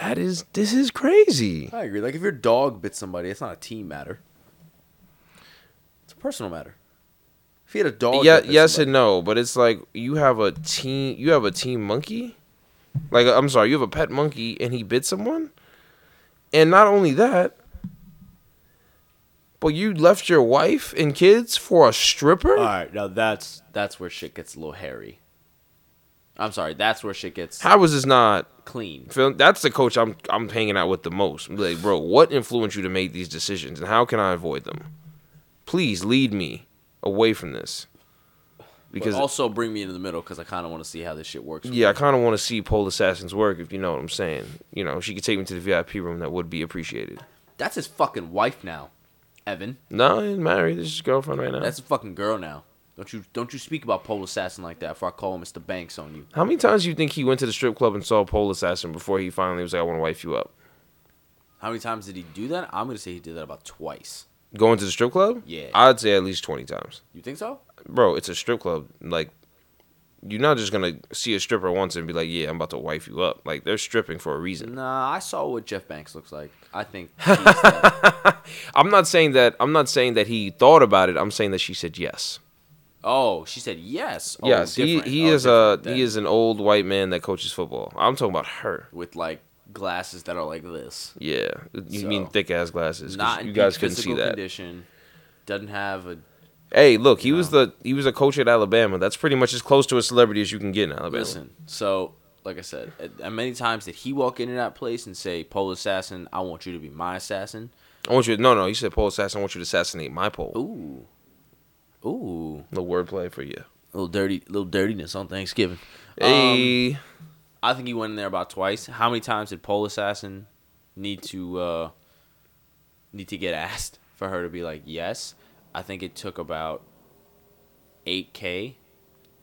[SPEAKER 2] That is this is crazy.
[SPEAKER 3] I agree. Like if your dog bit somebody, it's not a team matter. It's a personal matter. If he had a dog,
[SPEAKER 2] yeah,
[SPEAKER 3] that bit
[SPEAKER 2] yes
[SPEAKER 3] somebody-
[SPEAKER 2] and no, but it's like you have a team. You have a team monkey. Like I'm sorry, you have a pet monkey, and he bit someone. And not only that, but you left your wife and kids for a stripper.
[SPEAKER 3] All right, now that's that's where shit gets a little hairy. I'm sorry, that's where shit gets
[SPEAKER 2] How is this not?
[SPEAKER 3] clean.
[SPEAKER 2] Phil, that's the coach I'm I'm hanging out with the most. I'm like, bro, what influenced you to make these decisions, and how can I avoid them? Please lead me away from this.
[SPEAKER 3] Because also bring me into the middle because I kind of want to see how this shit works.
[SPEAKER 2] Yeah, I kind of want to see Pole Assassin's work, if you know what I'm saying. You know, if she could take me to the VIP room. That would be appreciated.
[SPEAKER 3] That's his fucking wife now, Evan.
[SPEAKER 2] No, he's married. This is his girlfriend right now.
[SPEAKER 3] That's a fucking girl now. Don't you don't you speak about pole assassin like that? Before I call Mr. Banks on you.
[SPEAKER 2] How many times do you think he went to the strip club and saw Pole Assassin before he finally was like, I want to wife you up?
[SPEAKER 3] How many times did he do that? I'm gonna say he did that about twice.
[SPEAKER 2] Going to the strip club?
[SPEAKER 3] Yeah.
[SPEAKER 2] I'd say at least 20 times.
[SPEAKER 3] You think so?
[SPEAKER 2] Bro, it's a strip club. Like, You're not just gonna see a stripper once and be like, "Yeah, I'm about to wife you up." Like they're stripping for a reason.
[SPEAKER 3] Nah, I saw what Jeff Banks looks like. I think he's that. Mm-hmm.
[SPEAKER 2] I'm not saying that. I'm not saying that he thought about it. I'm saying that she said yes.
[SPEAKER 3] Oh, she said yes. Oh,
[SPEAKER 2] yes, he,
[SPEAKER 3] different.
[SPEAKER 2] he
[SPEAKER 3] Oh,
[SPEAKER 2] is a
[SPEAKER 3] different
[SPEAKER 2] he
[SPEAKER 3] then.
[SPEAKER 2] is an old white man that coaches football. I'm talking about her.
[SPEAKER 3] with like glasses that are like this.
[SPEAKER 2] Yeah, you
[SPEAKER 3] So,
[SPEAKER 2] mean thick ass glasses? 'cause
[SPEAKER 3] Not in
[SPEAKER 2] you
[SPEAKER 3] peak
[SPEAKER 2] guys couldn't see
[SPEAKER 3] physical
[SPEAKER 2] that.
[SPEAKER 3] condition. Doesn't have a
[SPEAKER 2] Hey, look, he was the he was a coach at Alabama. That's pretty much as close to a celebrity as you can get in Alabama.
[SPEAKER 3] listen. So, like I said, a- a many times did he walk into that place and say, "Pole assassin, I want you to be my assassin."
[SPEAKER 2] I want you. No, no, you said pole assassin. I want you to assassinate my pole.
[SPEAKER 3] Ooh, ooh,
[SPEAKER 2] The wordplay for you.
[SPEAKER 3] little dirty, little dirtiness on Thanksgiving. Um,
[SPEAKER 2] Hey,
[SPEAKER 3] I think he went in there about twice. How many times did Pole Assassin need to uh, need to get asked for her to be like yes? I think it took about eight k,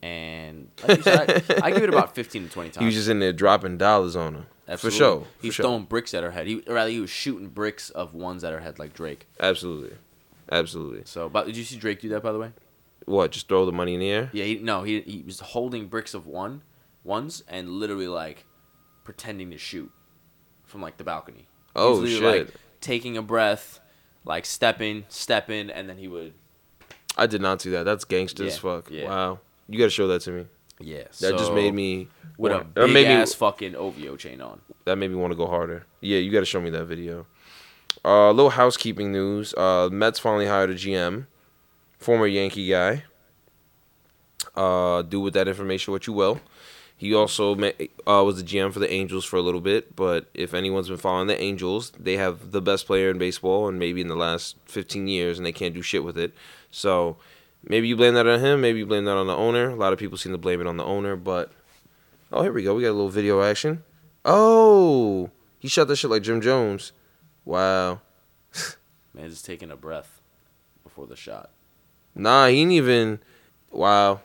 [SPEAKER 3] and like you said, I, I give it about fifteen to twenty times.
[SPEAKER 2] he was just in there dropping dollars on her.
[SPEAKER 3] Absolutely.
[SPEAKER 2] For sure.
[SPEAKER 3] He
[SPEAKER 2] for
[SPEAKER 3] was
[SPEAKER 2] sure.
[SPEAKER 3] throwing bricks at her head. He or rather he was shooting bricks of ones at her head like Drake.
[SPEAKER 2] Absolutely. Absolutely.
[SPEAKER 3] So, but did you see Drake do that by the way?
[SPEAKER 2] What? Just throw the money in the air?
[SPEAKER 3] Yeah, he, no, he he was holding bricks of one ones and literally like pretending to shoot from like the balcony. He was
[SPEAKER 2] Oh,
[SPEAKER 3] literally,
[SPEAKER 2] shit.
[SPEAKER 3] Like, taking a breath, like stepping, stepping, and then he would.
[SPEAKER 2] I did not see that. That's gangster as
[SPEAKER 3] Yeah,
[SPEAKER 2] fuck.
[SPEAKER 3] yeah.
[SPEAKER 2] Wow. You got to show that to me.
[SPEAKER 3] Yeah,
[SPEAKER 2] That just
[SPEAKER 3] so-
[SPEAKER 2] made me.
[SPEAKER 3] with a
[SPEAKER 2] want- that
[SPEAKER 3] big
[SPEAKER 2] made me-
[SPEAKER 3] ass fucking OVO chain on.
[SPEAKER 2] that made me want to go harder. Yeah, you got to show me that video. Uh, little housekeeping news. Uh, Mets finally hired a GM, former Yankee guy. Uh, do with that information what you will. He also ma- uh, was the GM for the Angels for a little bit, but if anyone's been following the Angels, they have the best player in baseball and maybe in the last 15 years, and they can't do shit with it. So maybe you blame that on him, maybe you blame that on the owner. A lot of people seem to blame it on the owner, but oh, here we go. We got a little video action. Oh, he shot that shit like Jim Jones. Wow.
[SPEAKER 3] Man, just taking a breath before the shot.
[SPEAKER 2] Nah, he didn't even. Wow.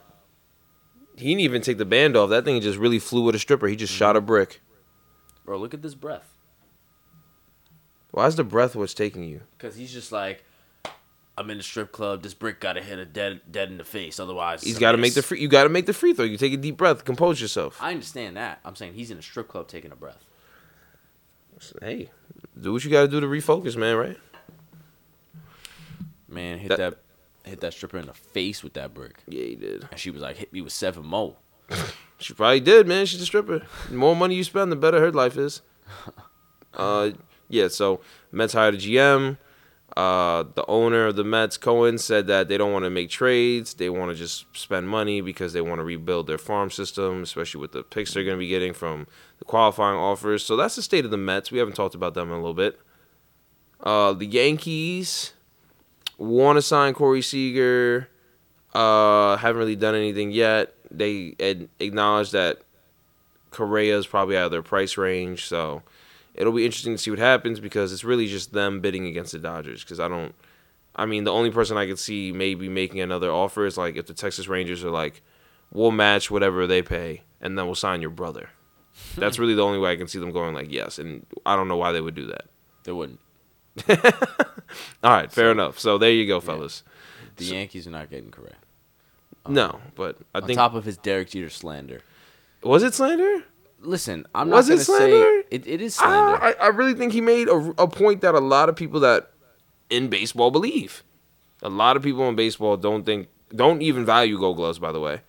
[SPEAKER 2] He didn't even take the band off. That thing just really flew with a stripper. He just shot a brick.
[SPEAKER 3] Bro, look at this breath.
[SPEAKER 2] Why is the breath what's taking you?
[SPEAKER 3] Cause he's just like, I'm in a strip club. This brick gotta hit a dead dead in the face. Otherwise,
[SPEAKER 2] He's
[SPEAKER 3] it's a
[SPEAKER 2] got to
[SPEAKER 3] miss."
[SPEAKER 2] make the free. You got to make the free throw. You take a deep breath. Compose yourself.
[SPEAKER 3] I understand that. I'm saying he's in a strip club taking a breath.
[SPEAKER 2] Hey, do what you got to do to refocus, man. Right?
[SPEAKER 3] Man, hit
[SPEAKER 2] That-
[SPEAKER 3] that, hit that stripper in the face with that brick.
[SPEAKER 2] Yeah, he did.
[SPEAKER 3] And she was like, hit me with seven more.
[SPEAKER 2] She probably did, man. She's a stripper. The more money you spend, the better her life is. Uh, yeah. So Mets hired a GM. Uh, the owner of the Mets, Cohen, said that they don't want to make trades. They want to just spend money because they want to rebuild their farm system, especially with the picks they're going to be getting from the qualifying offers. So that's the state of the Mets. We haven't talked about them in a little bit. Uh, the Yankees want to sign Corey Seager. Uh, haven't really done anything yet. They ad- acknowledge that Correa is probably out of their price range, so it'll be interesting to see what happens because it's really just them bidding against the Dodgers. Because I don't, I mean, the only person I could see maybe making another offer is like if the Texas Rangers are like, we'll match whatever they pay, and then we'll sign your brother. That's really the only way I can see them going like yes, and I don't know why they would do that.
[SPEAKER 3] They wouldn't.
[SPEAKER 2] All right, fair enough. So there you go, fellas.
[SPEAKER 3] The Yankees are not getting correct.
[SPEAKER 2] no, but I
[SPEAKER 3] Uh, On
[SPEAKER 2] think
[SPEAKER 3] top of his Derek Jeter slander.
[SPEAKER 2] was it slander?
[SPEAKER 3] Listen, I'm
[SPEAKER 2] Was
[SPEAKER 3] not
[SPEAKER 2] it
[SPEAKER 3] going to say
[SPEAKER 2] slander? Ah,
[SPEAKER 3] it, it is slander.
[SPEAKER 2] I, I I really think he made a, a point that a lot of people that in baseball believe. A lot of people in baseball don't think, don't even value gold gloves, by the way.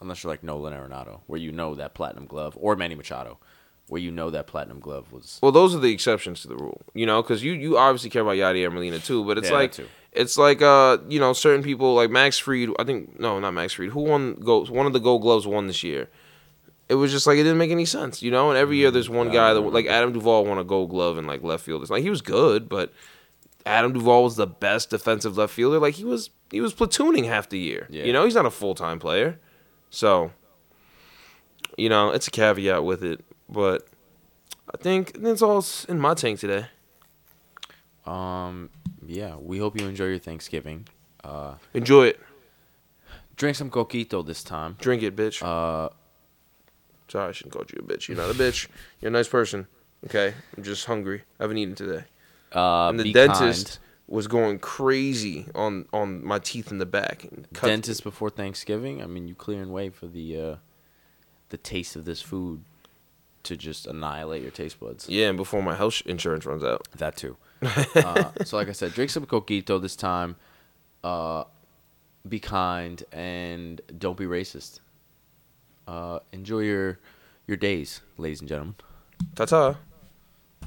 [SPEAKER 3] Unless you're like Nolan Arenado, where you know that platinum glove, or Manny Machado, where you know that platinum glove was.
[SPEAKER 2] Well, those are the exceptions to the rule, you know, because you, you obviously care about Yadier and Molina too, but it's
[SPEAKER 3] Yeah, that
[SPEAKER 2] like,
[SPEAKER 3] too.
[SPEAKER 2] it's like, uh, you know, certain people like Max Fried, I think, no, not Max Fried, who won gold, one of the gold gloves won this year. It was just like, it didn't make any sense, you know, and every year there's one guy that, like, Adam Duvall won a gold glove in, like, left field. It's like, he was good, but Adam Duvall was the best defensive left fielder. Like, he was, he was platooning half the year,
[SPEAKER 3] Yeah.
[SPEAKER 2] you know, he's not a full time player. So, you know, it's a caveat with it, but I think that's all s- in my tank today.
[SPEAKER 3] Um, yeah, we hope you enjoy your Thanksgiving. Uh,
[SPEAKER 2] Enjoy it.
[SPEAKER 3] drink some coquito this time.
[SPEAKER 2] Drink it, bitch.
[SPEAKER 3] Uh,
[SPEAKER 2] Sorry, I shouldn't call you a bitch. You're not a bitch. You're a nice person. Okay, I'm just hungry. I haven't eaten today.
[SPEAKER 3] uh,
[SPEAKER 2] I'm the
[SPEAKER 3] be
[SPEAKER 2] dentist.
[SPEAKER 3] kind.
[SPEAKER 2] was going crazy on on my teeth in the back and cut
[SPEAKER 3] Dentist before Thanksgiving. I mean, you clearing way for the uh, the taste of this food to just annihilate your taste buds.
[SPEAKER 2] Yeah, and before my health insurance runs out.
[SPEAKER 3] That too. uh, so, like I said, drink some coquito this time. Uh, be kind and don't be racist. Uh, enjoy your your days, ladies and gentlemen.
[SPEAKER 2] Ta ta.